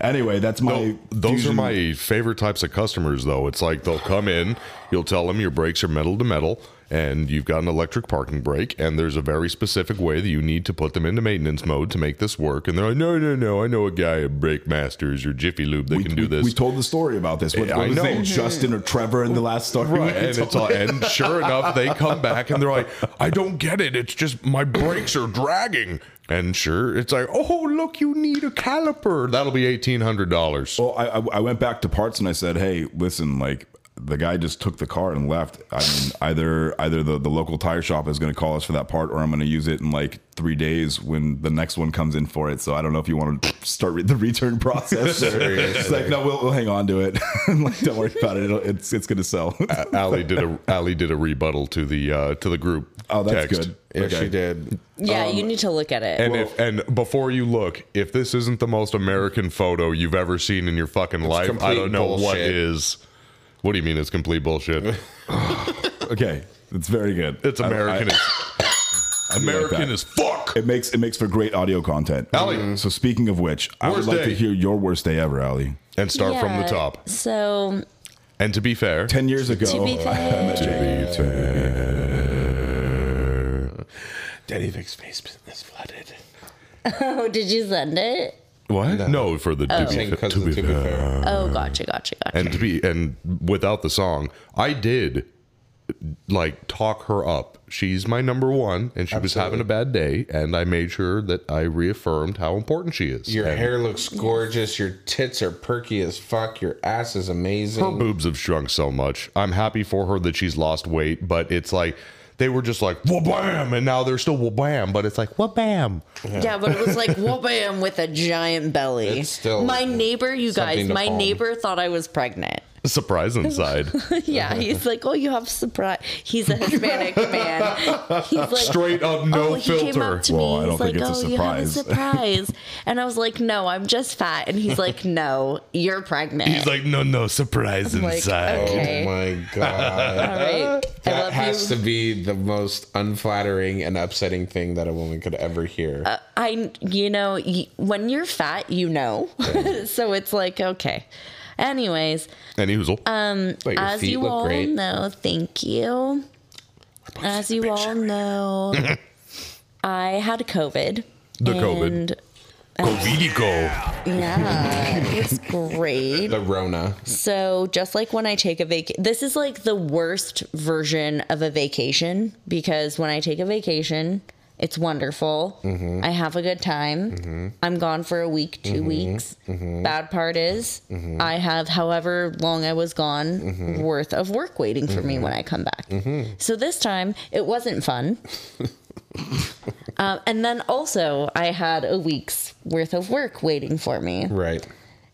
S2: anyway, that's my.
S1: Those
S2: fusion-
S1: are my favorite types of customers, though. It's like they'll come in, you'll tell them your brakes are metal to metal, and you've got an electric parking brake, and there's a very specific way that you need to put them into maintenance mode to make this work. And they're like, no, no, no, I know a guy at Brake Masters or Jiffy Lube that
S2: We,
S1: can do
S2: we-
S1: this.
S2: we told the story about this. What,
S1: Yeah,
S2: what
S1: I
S2: was his
S1: know.
S2: name? Justin or Trevor in the last story?
S1: Right, and it's all, and sure enough, they come back and they're like, "I don't get it. It's just my brakes are dragging." And sure, it's like, "Oh, look, you need a caliper. That'll be eighteen hundred dollars."
S2: Well, I, I I went back to parts and I said, "Hey, listen, like the guy just took the car and left. I mean, either either the, the local tire shop is going to call us for that part, or I'm going to use it in like three days when the next one comes in for it. So I don't know if you want to start re- the return process. or- it's like, no, we'll, we'll hang on to it. I'm like, don't worry about it. It'll, it's it's going to sell.
S1: Allie did a Allie did a rebuttal to the uh, to the group.
S2: oh, that's
S1: text.
S2: good.
S5: Yeah, she did.
S6: Yeah,
S5: Um,
S6: you need to look at it.
S1: And if and before you look, if this isn't the most American photo you've ever seen in your fucking life, I
S5: complete
S1: don't know what
S5: bullshit.
S1: is. What do you mean it's complete bullshit?
S2: Okay, it's very good.
S1: It's
S2: I- I-
S1: American. as,
S2: I do like
S1: American
S2: that.
S1: as fuck.
S2: It makes it makes for great audio content. Mm-hmm.
S1: Ally.
S2: So speaking of which, I would
S1: Worst
S2: like to
S1: day.
S2: hear your worst day ever, Allie.
S1: And start from the
S6: Yeah,
S1: top.
S6: So
S1: And to be fair,
S2: Ten years ago,
S5: Oh,
S2: uh,
S6: to be
S2: I met
S6: fair,
S2: Jake.
S5: Daddy Vic's basement is flooded.
S6: oh, did you send it?
S1: what? No, for the to, be, fa-
S5: Saying because
S1: to be
S5: to be
S1: fair.
S5: fair.
S6: Oh, gotcha, gotcha, gotcha.
S1: and to be and without the song, I did like talk her up. She's my number one, and she was having a bad day, and I made sure that I reaffirmed how important she is.
S5: Your
S1: And
S5: hair looks gorgeous. Your tits are perky as fuck. Your ass is amazing.
S1: her boobs have shrunk so much. I'm happy for her that she's lost weight, but it's like they were just like wha bam, and now they're still wha bam, but it's like wha bam.
S6: Yeah, but it was like whoop bam with a giant belly.
S5: It's still
S6: my neighbor, you
S5: something
S6: guys,
S5: to
S6: my
S5: palm.
S6: neighbor thought I was pregnant.
S1: Surprise inside.
S6: yeah, he's like, oh, you have surprise. He's a Hispanic man. He's like,
S1: Straight up, no
S6: oh, he Came
S1: filter.
S6: up to
S2: Well,
S6: me.
S2: I
S6: he's
S2: don't
S6: like,
S2: think it's a
S6: oh, you have a
S2: surprise."
S6: surprise. and I was like, no, I'm just fat. And he's like, no, you're pregnant.
S1: He's like, no, no, surprise
S6: like,
S1: inside.
S5: Oh
S6: Okay.
S5: my god.
S6: all right, I
S5: That
S6: love
S5: has
S6: you.
S5: to be the most unflattering and upsetting thing that a woman could ever hear.
S6: Uh, I, you know, y- when you're fat, you know. so it's like, okay. Anyways,
S1: And he was "Oh." all,
S6: Um,
S5: but your
S6: As
S5: feet
S6: you
S5: look
S6: all
S5: great.
S6: know, thank you. As you all know, I had COVID.
S1: The COVID.
S6: uh,
S1: "Covidico."
S6: Yeah, it was great.
S5: The Rona.
S6: So, just like when I take a vac, this is like the worst version of a vacation because when I take a vacation, it's wonderful. I have a good time. I'm gone for a week, 2 weeks. Bad part is, I have however long I was gone worth of work waiting for me when I come back. So, this time it wasn't fun. um, and then also, I had a week's worth of work waiting for me.
S5: Right.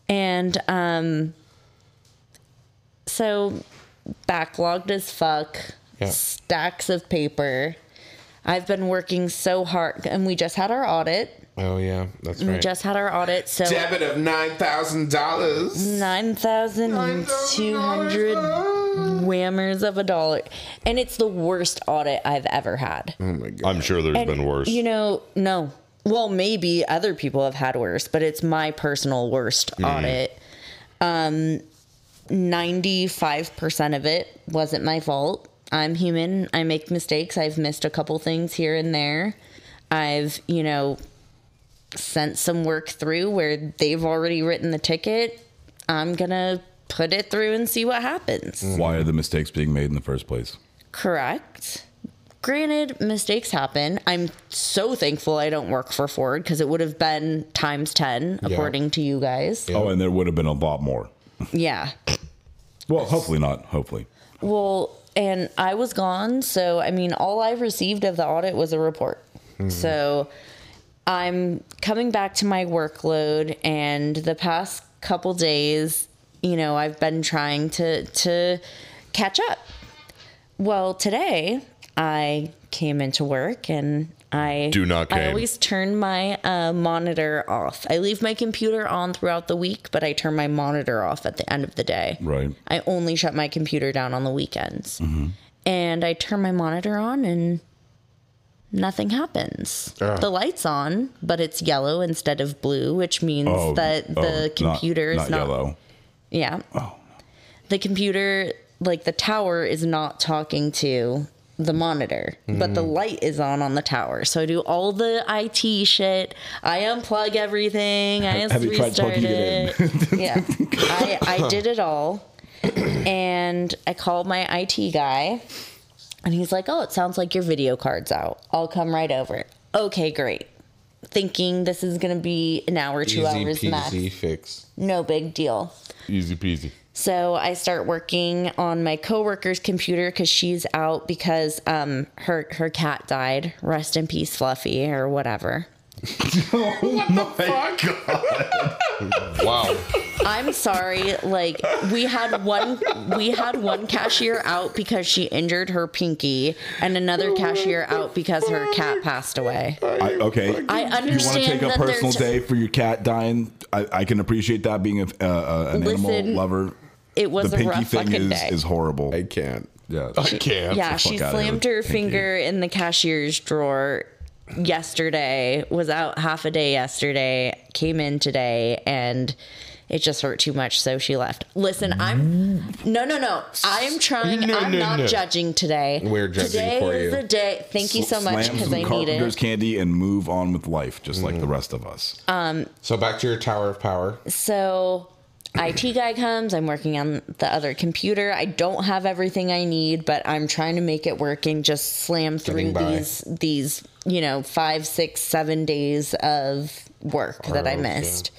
S6: And um so backlogged as fuck.
S5: Yeah.
S6: Stacks of paper. I've been working so hard, and we just had our audit.
S5: Oh yeah, that's
S6: We
S5: right.
S6: just had our audit, so
S5: Debit of nine thousand dollars.
S6: nine thousand two hundred whammers of a dollar, and it's the worst audit I've ever had.
S5: Oh my god.
S1: I'm sure there's
S6: And,
S1: been worse.
S6: You know, no. Well, maybe other people have had worse, but it's my personal worst audit. Um, 95% of it wasn't my fault. I'm human. I make mistakes. I've missed a couple things here and there. I've, you know, sent some work through where they've already written the ticket. I'm going to put it through and see what happens.
S2: Why are the mistakes being made in the first place?
S6: Correct. Granted, mistakes happen. I'm so thankful I don't work for Ford because it would have been times 10, according to you guys.
S2: Oh, and there would have been a lot more.
S6: Yeah.
S2: Well, hopefully not. Hopefully.
S6: Well, and I was gone. So, I mean, all I received of the audit was a report.
S1: Hmm.
S6: So, I'm coming back to my workload, and the past couple days, you know, I've been trying to, to catch up. Well, today I came into work and I
S1: Do not
S6: I
S1: came.
S6: always turn my uh, monitor off. I leave my computer on throughout the week, but I turn my monitor off at the end of the day.
S2: Right.
S6: I only shut my computer down on the weekends. And I turn my monitor on and nothing happens.
S2: Ah.
S6: The light's on, but it's yellow instead of blue, which means that the
S2: oh, not-
S6: computer is not,
S2: yellow. Oh,
S6: Yeah. The computer, like the tower, is not talking to the monitor, but
S2: Mm.
S6: the light is on on the tower. So I do all the IT shit. I unplug everything. I just
S2: Have you tried
S6: restart
S2: plugging it
S6: it. yeah. I, I did it all. And I called my IT guy, and he's like, Oh, it sounds like your video card's out. I'll come right over. Okay, great. Thinking this is going to be an hour, two
S5: Easy
S6: hours max.
S5: peasy fix.
S6: No big deal.
S1: Easy peasy.
S6: So I start working on my coworker's computer because she's out because um her her cat died. Rest in peace, Fluffy, or whatever.
S5: Oh, Wow.
S6: I'm sorry. Like we had one we had one cashier out because she injured her pinky, and another cashier out because her cat passed away.
S2: I, okay.
S6: I
S2: you want to
S6: understand
S2: take a
S6: that there's
S2: personal day for your cat dying? I, I can appreciate that being a, uh, uh, an
S6: Listen,
S2: animal lover.
S6: it was
S2: the
S6: a
S2: pinky
S6: rough
S2: thing
S6: fucking
S2: is,
S6: day.
S2: is horrible.
S5: I can't.
S2: yeah.
S5: I can't.
S6: yeah,
S2: fuck outta
S6: she
S2: here with
S6: slammed her
S2: pinky.
S6: finger in the cashier's drawer yesterday, was out half a day yesterday, came in today, and it just hurt too much, so she left. Listen, I'm no, no, no. I am trying.
S1: No,
S6: I'm
S1: no,
S6: not
S1: no.
S6: judging today.
S5: We're judging
S6: today
S5: for
S6: is
S5: you.
S6: the day. Thank you so much
S2: Slam
S6: because
S2: some
S6: I need
S2: carpenter's
S6: it.
S2: candy and move on with life, just like the rest of us.
S5: So back to your tower of power.
S6: So. IT guy comes. I'm working on the other computer. I don't have everything I need, but I'm trying to make it work and just slam through
S5: Getting by.
S6: these these you know five, six, seven days of work that I missed.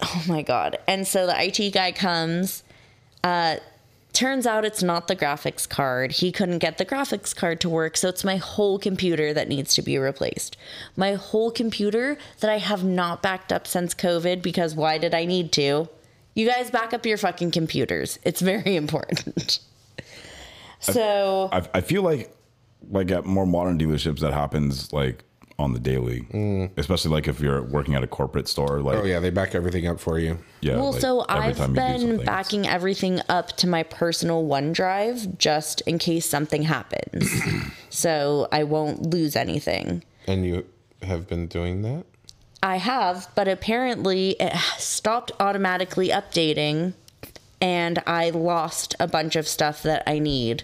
S6: Oh my god! And so the IT guy comes. Uh, turns out it's not the graphics card. He couldn't get the graphics card to work, so it's my whole computer that needs to be replaced. My whole computer that I have not backed up since COVID because why did I need to? You guys back up your fucking computers. It's very important. so
S2: I, I feel like like at more modern dealerships that happens like on the daily, especially like if you're working at a corporate store. Like
S5: Oh yeah, they back everything up for you.
S2: yeah,
S6: Well,
S2: uh, like,
S6: so
S2: every time
S6: I've
S2: you do
S6: been
S2: something,
S6: backing everything up to my personal OneDrive just in case something happens. so I won't lose anything.
S5: And you have been doing that?
S6: I have, but apparently it stopped automatically updating and I lost a bunch of stuff that I need.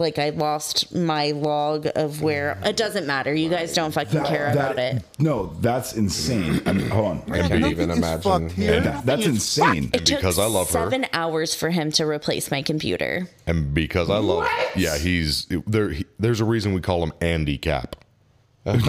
S6: Like I lost my log of where it doesn't matter. You guys don't fucking care about
S2: that,
S6: it.
S2: No, that's insane. I mean, hold on.
S5: I can't even imagine. Yeah.
S2: That- that's insane.
S6: It took
S1: because I love her.
S6: seven hours for him to replace my computer.
S1: And because I love, yeah, he's there. he- there's a reason we call him Andy Cap. so,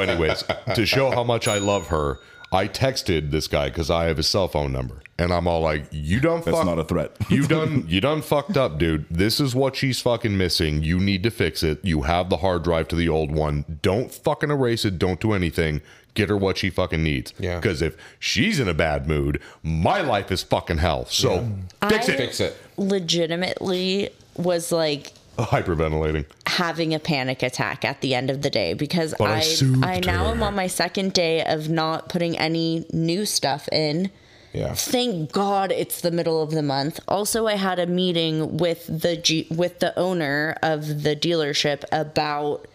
S1: anyways, to show how much I love her, I texted this guy because I have his cell phone number, and I'm all like, "You don't
S2: That's
S1: fuck.
S2: not a threat.
S1: you done. You done fucked up, dude. This is what she's fucking missing. You need to fix it. You have the hard drive to the old one. Don't fucking erase it. Don't do anything." Get her what she fucking needs.
S5: Yeah.
S1: Because if she's in a bad mood, my life is fucking hell. So fix it.
S5: Fix it.
S6: Legitimately was like
S1: Hyperventilating.
S6: having a panic attack at the end of the day because
S1: But I
S6: I
S1: soothed
S6: I, now
S1: her.
S6: am on my second day of not putting any new stuff in.
S5: Yeah.
S6: Thank God it's the middle of the month. Also, I had a meeting with the G- with the owner of the dealership about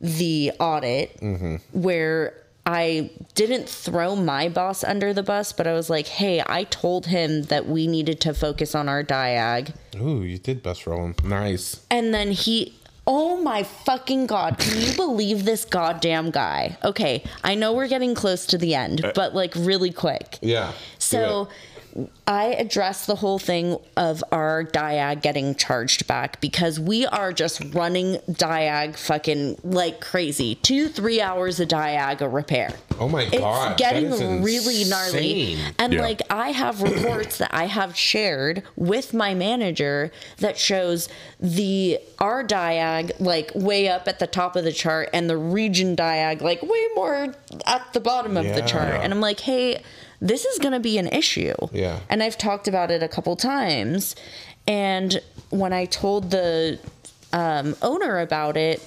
S6: the audit
S1: Mm-hmm.
S6: where I didn't throw my boss under the bus, but I was like, "Hey, I told him that we needed to focus on our diag."
S5: Ooh, you did best roll him. Nice.
S6: And then he, oh my fucking God, can you believe this goddamn guy? Okay, I know we're getting close to the end, but like really quick.
S5: Yeah.
S6: So I addressed the whole thing of our Diag getting charged back because we are just running Diag fucking like crazy. Two, three hours of Diag a repair.
S5: Oh my
S6: It's
S5: god. that is
S6: getting really gnarly.
S5: insane.
S6: And
S1: Yeah.
S6: like I have reports that I have shared with my manager that shows the R diag like way up at the top of the chart and the region diag like way more at the bottom of the
S5: Yeah.
S6: chart. And I'm like, hey, this is gonna be an issue.
S5: Yeah.
S6: And I've talked about it a couple times. And when I told the um, owner about it,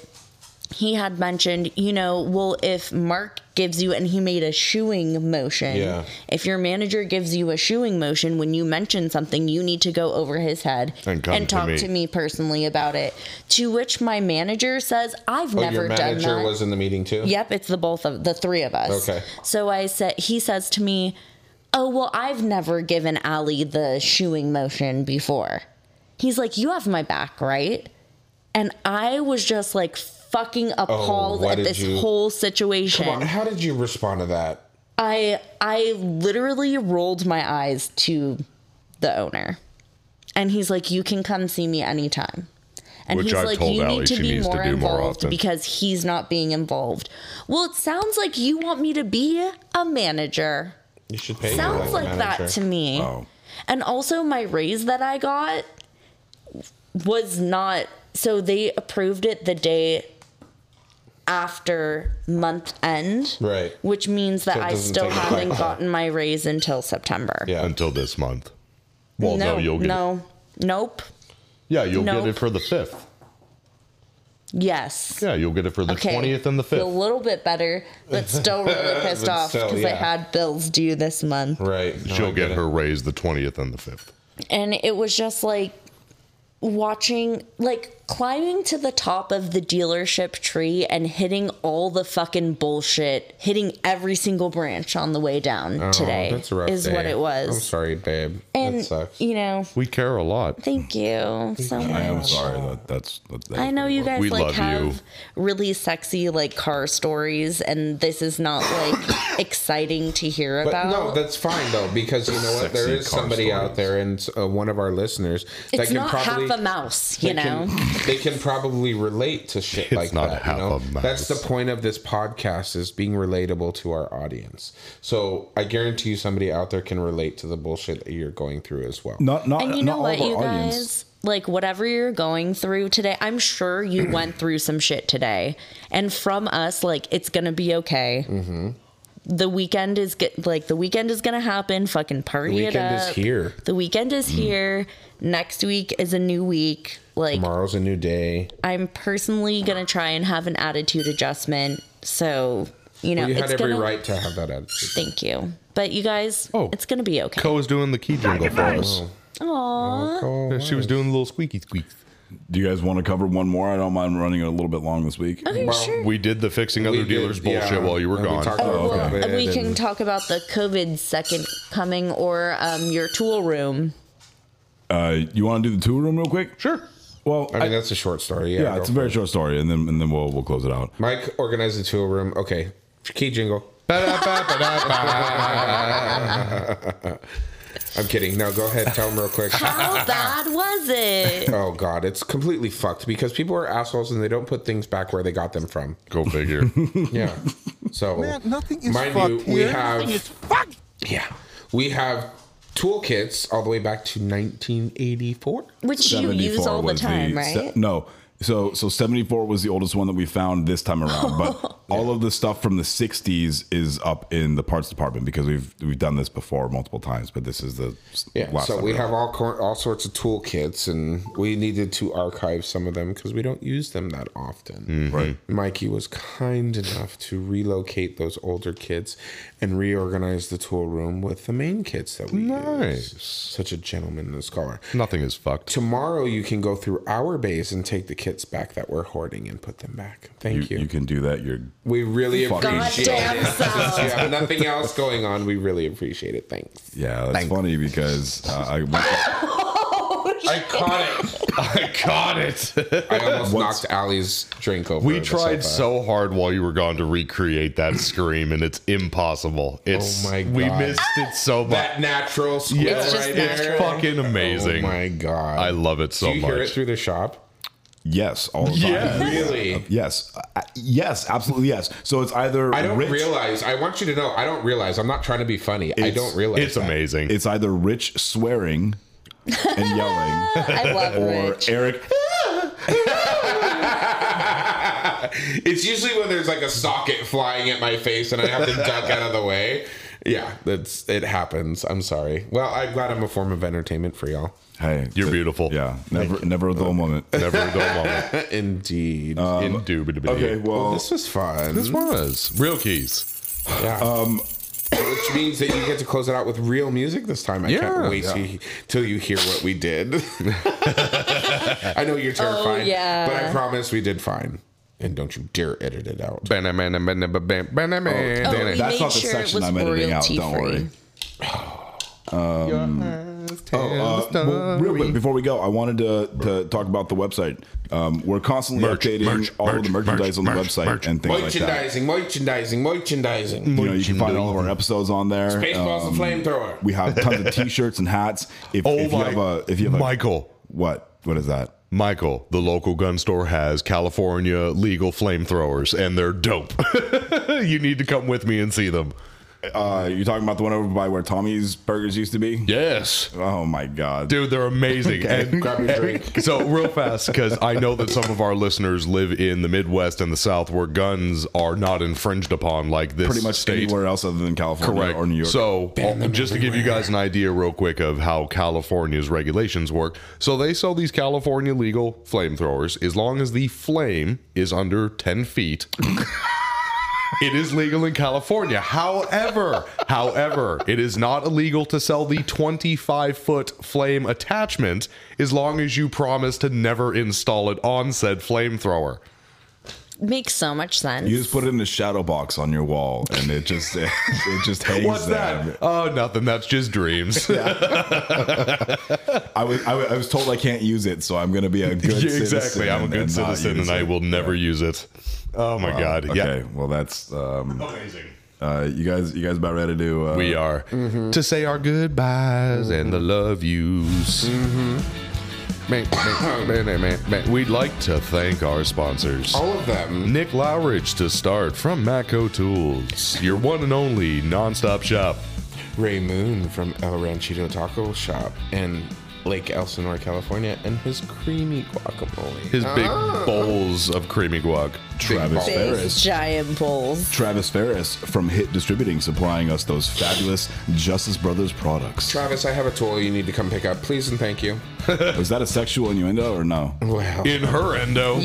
S6: he had mentioned, you know, well, if Mark gives you, and he made a shooing motion.
S5: Yeah.
S6: If your manager gives you a shooing motion when you mention something, you need to go over his head
S1: And come to
S6: talk
S1: me.
S6: to me personally about it. To which my manager says, I've
S5: Oh,
S6: never
S5: your
S6: done
S5: manager
S6: that.
S5: was in the meeting too?
S6: Yep, it's the both of the three of us.
S5: Okay.
S6: So I said he says to me, "Oh well, I've never given Ali the shooing motion before." He's like, "You have my back, right?" And I was just like fucking appalled
S5: what
S6: at
S5: Oh, did
S6: this
S5: you-
S6: whole situation.
S5: Come on, how did you respond to that?
S6: I I literally rolled my eyes to the owner. And he's like, "You can come see me anytime." And
S1: Which
S6: he's
S1: I've
S6: like,
S1: told
S6: "You
S1: Allie
S6: need to
S1: she
S6: be
S1: needs to
S6: more
S1: do more
S6: involved
S1: often."
S6: because he's not being involved." Well, it sounds like you want me to be a manager.
S5: You should pay.
S6: Sounds like that to me. And also, my raise that I got was not so they approved it the day after month end,
S5: Right.
S6: Which means that
S5: it
S6: I
S5: doesn't
S6: still
S5: take effect.
S6: haven't gotten my raise until September.
S5: Yeah.
S1: Until this month. Well, no,
S6: no,
S1: you'll get it.
S6: no, nope,
S1: Yeah, you'll
S6: Nope.
S1: get it for the 5th.
S6: yes.
S1: Yeah, you'll get it for the 20th and the
S6: Feel a
S1: 5th.
S6: little bit better, but still really pissed
S5: But
S6: off
S5: still,
S6: because I
S5: yeah.
S6: had bills due this month.
S5: Right. No, I
S1: She'll get
S5: it.
S1: her raise the 20th and the 5th.
S6: and it was just like watching like climbing to the top of the dealership tree and hitting all the fucking bullshit hitting every single branch on the way down
S5: Oh,
S6: today
S5: That's a rough
S6: is
S5: day.
S6: what it
S5: I'm
S6: was
S5: sorry, babe. that
S6: and
S5: sucks.
S6: you know
S1: We care a lot.
S6: thank you so
S2: I
S6: much
S2: am sorry. That, that's that, that
S6: I know you guys
S1: We
S6: like
S1: love
S6: have
S1: you.
S6: really sexy like car stories and this is not like exciting to hear
S5: But
S6: about.
S5: no, that's fine though, because you know what? There
S2: Sexy
S5: is
S2: car
S5: somebody out
S2: stories.
S5: there, and uh, one of our listeners that
S6: it's
S5: can
S6: not
S5: probably
S6: half a mouse, you
S5: they
S6: know.
S5: Can, they can probably relate to shit like
S1: not
S5: that.
S1: half
S5: you know?
S1: a mouse.
S5: That's the point of this podcast is being relatable to our audience. So I guarantee you somebody out there can relate to the bullshit that you're going through as well.
S2: not not
S6: And you
S2: not
S6: know
S2: all
S6: what,
S2: of our
S6: you
S2: audience.
S6: guys? Like, whatever you're going through today, I'm sure you went through some shit today. And from us, like, it's going to be okay.
S5: Mm-hmm.
S6: The weekend is get, like the weekend is gonna happen. Fucking party
S5: The weekend
S6: it
S5: is Hmm.
S6: up.
S5: here.
S6: The weekend is here. Next week is a new week. Like
S5: Tomorrow's a new day.
S6: I'm personally gonna try and have an attitude adjustment. So you know
S5: you had
S6: it's
S5: every
S6: gonna.
S5: right to have that attitude.
S6: Thank you. But you guys,
S1: Oh.
S6: it's gonna be okay.
S1: Co is doing the key jingle for us.
S6: Aww.
S5: Oh,
S1: She was doing the little squeaky squeaks.
S2: Do you guys want to cover one more? I don't mind running a little bit long this week.
S1: We did the fixing other
S5: did,
S1: dealers
S5: yeah.
S1: bullshit while you were
S5: And we
S1: gone.
S5: talked about
S2: Oh, okay.
S5: COVID
S6: we can
S5: and-
S6: talk about the COVID second coming or um, your tool room.
S2: Uh, you want to do the tool room real quick?
S1: Sure.
S2: Well,
S5: I mean,
S2: I-
S5: that's a short story. Yeah,
S2: yeah, it's a
S5: go
S2: very
S5: for it.
S2: short story, and then and then we'll we'll close it out.
S5: Mike organized the tool room. Okay, key jingle. I'm kidding. No, go ahead. Tell him real quick.
S6: How bad Oh, was it?
S5: Oh god, it's completely fucked because people are assholes and they don't put things back where they got them from.
S1: Go figure.
S5: Yeah. So
S7: Nothing is
S5: mind
S7: fucked
S5: you, we
S7: here.
S5: have
S7: Nothing is fucked.
S5: yeah, we have toolkits all the way back to 1984.
S6: Which you use all
S2: 74
S6: the
S2: was
S6: time,
S2: se-
S6: right?
S2: no, So so 74 was the oldest one that we found this time around, but all of the stuff from the 60s is up in the parts department because we've we've done this before multiple times, but this is the s-
S5: Yeah, so
S2: time
S5: we
S2: around.
S5: have all cor- all sorts of toolkits, and we needed to archive some of them because we don't use them that often.
S7: Hmm.
S2: right.
S5: Mikey was kind enough to relocate those older kits and reorganize the tool room with the main kits that we use.
S1: Nice.
S5: Such a gentleman and a scholar.
S1: Nothing is fucked.
S5: Tomorrow you can go through our bays and take the kits back that we're hoarding and put them back. Thank you.
S2: You can do that. You're
S5: we really
S2: Fucking
S5: appreciate
S6: Goddamn
S5: it. Since you
S6: so.
S5: have nothing else going on, we really appreciate it. Thanks.
S2: yeah, that's funny because uh, I once,
S5: I caught it.
S1: I got it.
S5: I almost knocked Allie's drink over.
S1: We
S5: the
S1: tried
S5: sofa.
S1: so hard while you were gone to recreate that scream, and it's impossible. It's
S5: Oh my
S1: we
S5: God. Ah!
S1: missed it so much.
S5: that natural squeal
S1: Yeah, it's
S6: just
S5: right
S1: It's
S5: there.
S1: fucking amazing.
S5: Oh my god!
S1: I love it so
S5: Do you
S1: much.
S5: hear it through the shop?
S2: yes, all the time.
S1: Yes.
S5: Really?
S2: Yes. Uh, yes, absolutely yes. So it's either
S5: I don't
S2: rich,
S5: realize. I want you to know. I don't realize. I'm not trying to be funny. I
S2: It's-
S5: don't realize.
S1: it's
S5: that.
S1: amazing.
S2: it's either rich swearing and yelling
S6: I love
S2: or
S6: Rich.
S2: Eric
S5: It's usually when there's like a socket flying at my face and I have to duck out of the way. Yeah, that's it happens. I'm sorry. Well, I'm glad I'm a form of entertainment for y'all.
S2: Hey,
S1: You're
S2: th-
S1: beautiful.
S2: Yeah, never never a dull moment.
S1: Never a dull moment.
S5: Indeed.
S1: Indubitably.
S2: Okay, well,
S5: Oh. this was fun.
S1: this was real keys.
S5: Yeah. Um, Which means that you get to close it out with real music this time. I
S1: Yeah.
S5: can't wait to, till you hear what we did. I know you're terrified,
S6: yeah.
S5: but I promise we did fine. And don't you dare edit it out.
S6: Oh, we
S2: that's
S6: made
S2: not the
S6: sure it
S2: section
S6: was
S2: I'm editing out,
S6: royalty
S2: don't
S6: free.
S2: worry. Um, Uh, well, real quick, before we go, I wanted to, to talk about the website. Um, we're constantly
S1: Merch,
S2: updating
S1: merch,
S2: all of the
S1: merch,
S2: merchandise on the
S1: merch,
S2: website
S1: merch,
S2: and things like that.
S5: merchandising, merchandising, merchandising.
S2: You know, you can find all of our episodes on there.
S5: Baseball's
S2: Um,
S5: a flamethrower.
S2: We have tons of T-shirts and hats. If,
S1: Oh
S2: if
S1: my!
S2: you have a, if you have a,
S1: Michael,
S2: what, what is that?
S1: Michael, the local gun store has California legal flamethrowers, and they're dope. you need to come with me and see them.
S2: Uh, you're talking about the one over by where Tommy's Burgers used to be?
S1: Yes.
S2: Oh my God,
S1: Dude, they're amazing. And,
S5: Grab your drink.
S1: so real fast, because I know that some of our listeners live in the Midwest and the South, where guns are not infringed upon like this.
S2: Pretty much
S1: state.
S2: anywhere else other than California
S1: Correct.
S2: or New York.
S1: So, just to give you guys an idea, real quick, of how California's regulations work. So, they sell these California legal flamethrowers as long as the flame is under 10 feet. it is legal in California. However, however, it is not illegal to sell the 25 foot flame attachment as long as you promise to never install it on said flamethrower.
S6: Makes so much sense.
S2: You just put it in a shadow box on your wall, and it just it, just hangs
S1: What's
S2: there.
S1: that? Oh, nothing. That's just dreams.
S2: I was I, was- I was told I can't use it, so I'm gonna be a good
S1: Yeah,
S2: citizen.
S1: exactly. I'm a
S2: and-
S1: good
S2: and not
S1: citizen
S2: use
S1: and I
S2: it.
S1: will never use it. Oh my god.
S2: Okay,
S1: Yeah.
S2: well that's um,
S1: Amazing.
S2: uh, you guys you guys about ready to uh,
S1: We are to say our goodbyes and the love yous.
S2: Mm-hmm.
S1: We'd like to thank our sponsors.
S2: Oh.
S5: All of them.
S1: Nick Lowridge to start from Maco Tools, your one and only nonstop shop.
S5: Ray Moon from El Ranchito Taco Shop in Lake Elsinore, California, and his creamy guacamole.
S1: His big
S2: Ah.
S1: bowls of creamy guac.
S2: Travis
S5: Big
S6: Big
S2: Ferris.
S6: giant bulls.
S2: Travis Ferris from Hit Distributing supplying us those fabulous Justice Brothers products.
S5: Travis, I have a tool you need to come pick up, please and thank you.
S2: Was that a sexual innuendo or no?
S5: Wow.
S1: In her endo.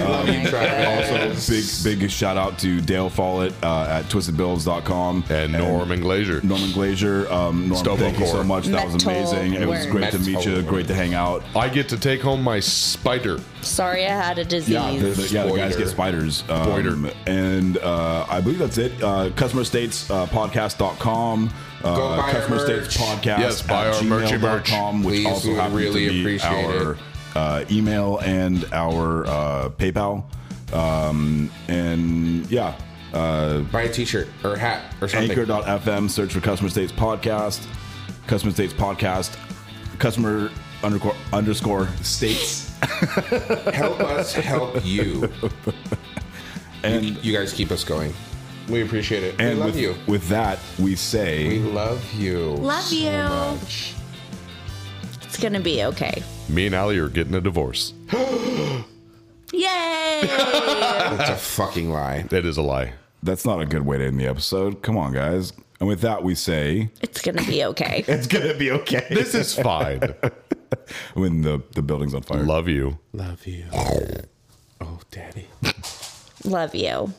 S5: Love you, Travis.
S2: Also, big big shout out to Dale Follett uh, at twistedbills.com
S1: And Norman Glazier.
S2: Norman Glazier. Um, Norman,
S1: Stovall
S2: thank you so
S1: Core.
S2: much. That was
S6: Metal
S2: amazing. It was
S6: worm.
S2: great to meet you.
S5: Metal
S2: Great to hang out.
S1: I get to take home my spider.
S6: Sorry, I had a disease.
S2: Yeah, the, the- yeah, the guys get spiders. Um,
S1: Spoiler.
S2: And uh, I believe that's it. Uh, customer States uh, podcast.com. Uh,
S5: Go buy our
S2: customer
S5: merch.
S2: States podcast.
S1: Yes, buy
S2: at
S1: our merchy merch.
S2: gmail.com, Which
S5: Please,
S2: also
S5: we would
S2: happens
S5: really
S2: to be
S5: appreciate
S2: our
S5: it.
S2: Uh, email and our uh, PayPal. Um, and yeah, uh,
S5: Buy a t-shirt or a hat or something.
S2: anchor.fm, search for Customer States Podcast. Customer States Podcast. Customer underscore, underscore states.
S5: Help us help you.
S2: And.
S5: You guys keep us going. We appreciate it.
S2: and
S5: we love
S2: with,
S5: you.
S2: with that, we say.
S5: We love you.
S6: Love you.
S5: so much.
S6: It's It's gonna be okay.
S1: Me and Allie are getting a divorce.
S6: Yay!
S5: That's a fucking lie.
S1: That is a lie.
S12: That's not a good way to end the episode. Come on, guys. And with that, we say
S6: it's gonna be okay.
S12: it's gonna be okay.
S1: This is fine.
S12: when the the building's on fire.
S1: Love you.
S5: Love you. Oh, daddy.
S6: Love you.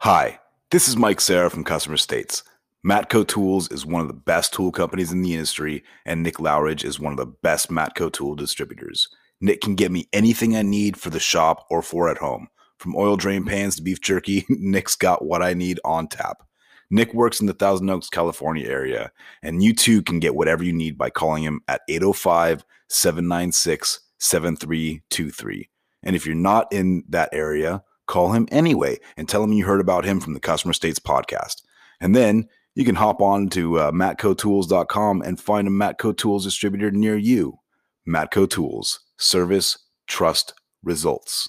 S2: Hi, this is Mike Sarah from Customer States. Matco Tools is one of the best tool companies in the industry, and Nick Lowridge is one of the best Matco tool distributors. Nick can get me anything I need for the shop or for at home. From oil drain pans to beef jerky, Nick's got what I need on tap. Nick works in the Thousand Oaks, California area, and you too can get whatever you need by calling him at 805 796 7323. And if you're not in that area, call him anyway and tell him you heard about him from the Customer States podcast. And then you can hop on to uh, matcotools.com and find a Matco Tools distributor near you. Matco Tools, service, trust, results.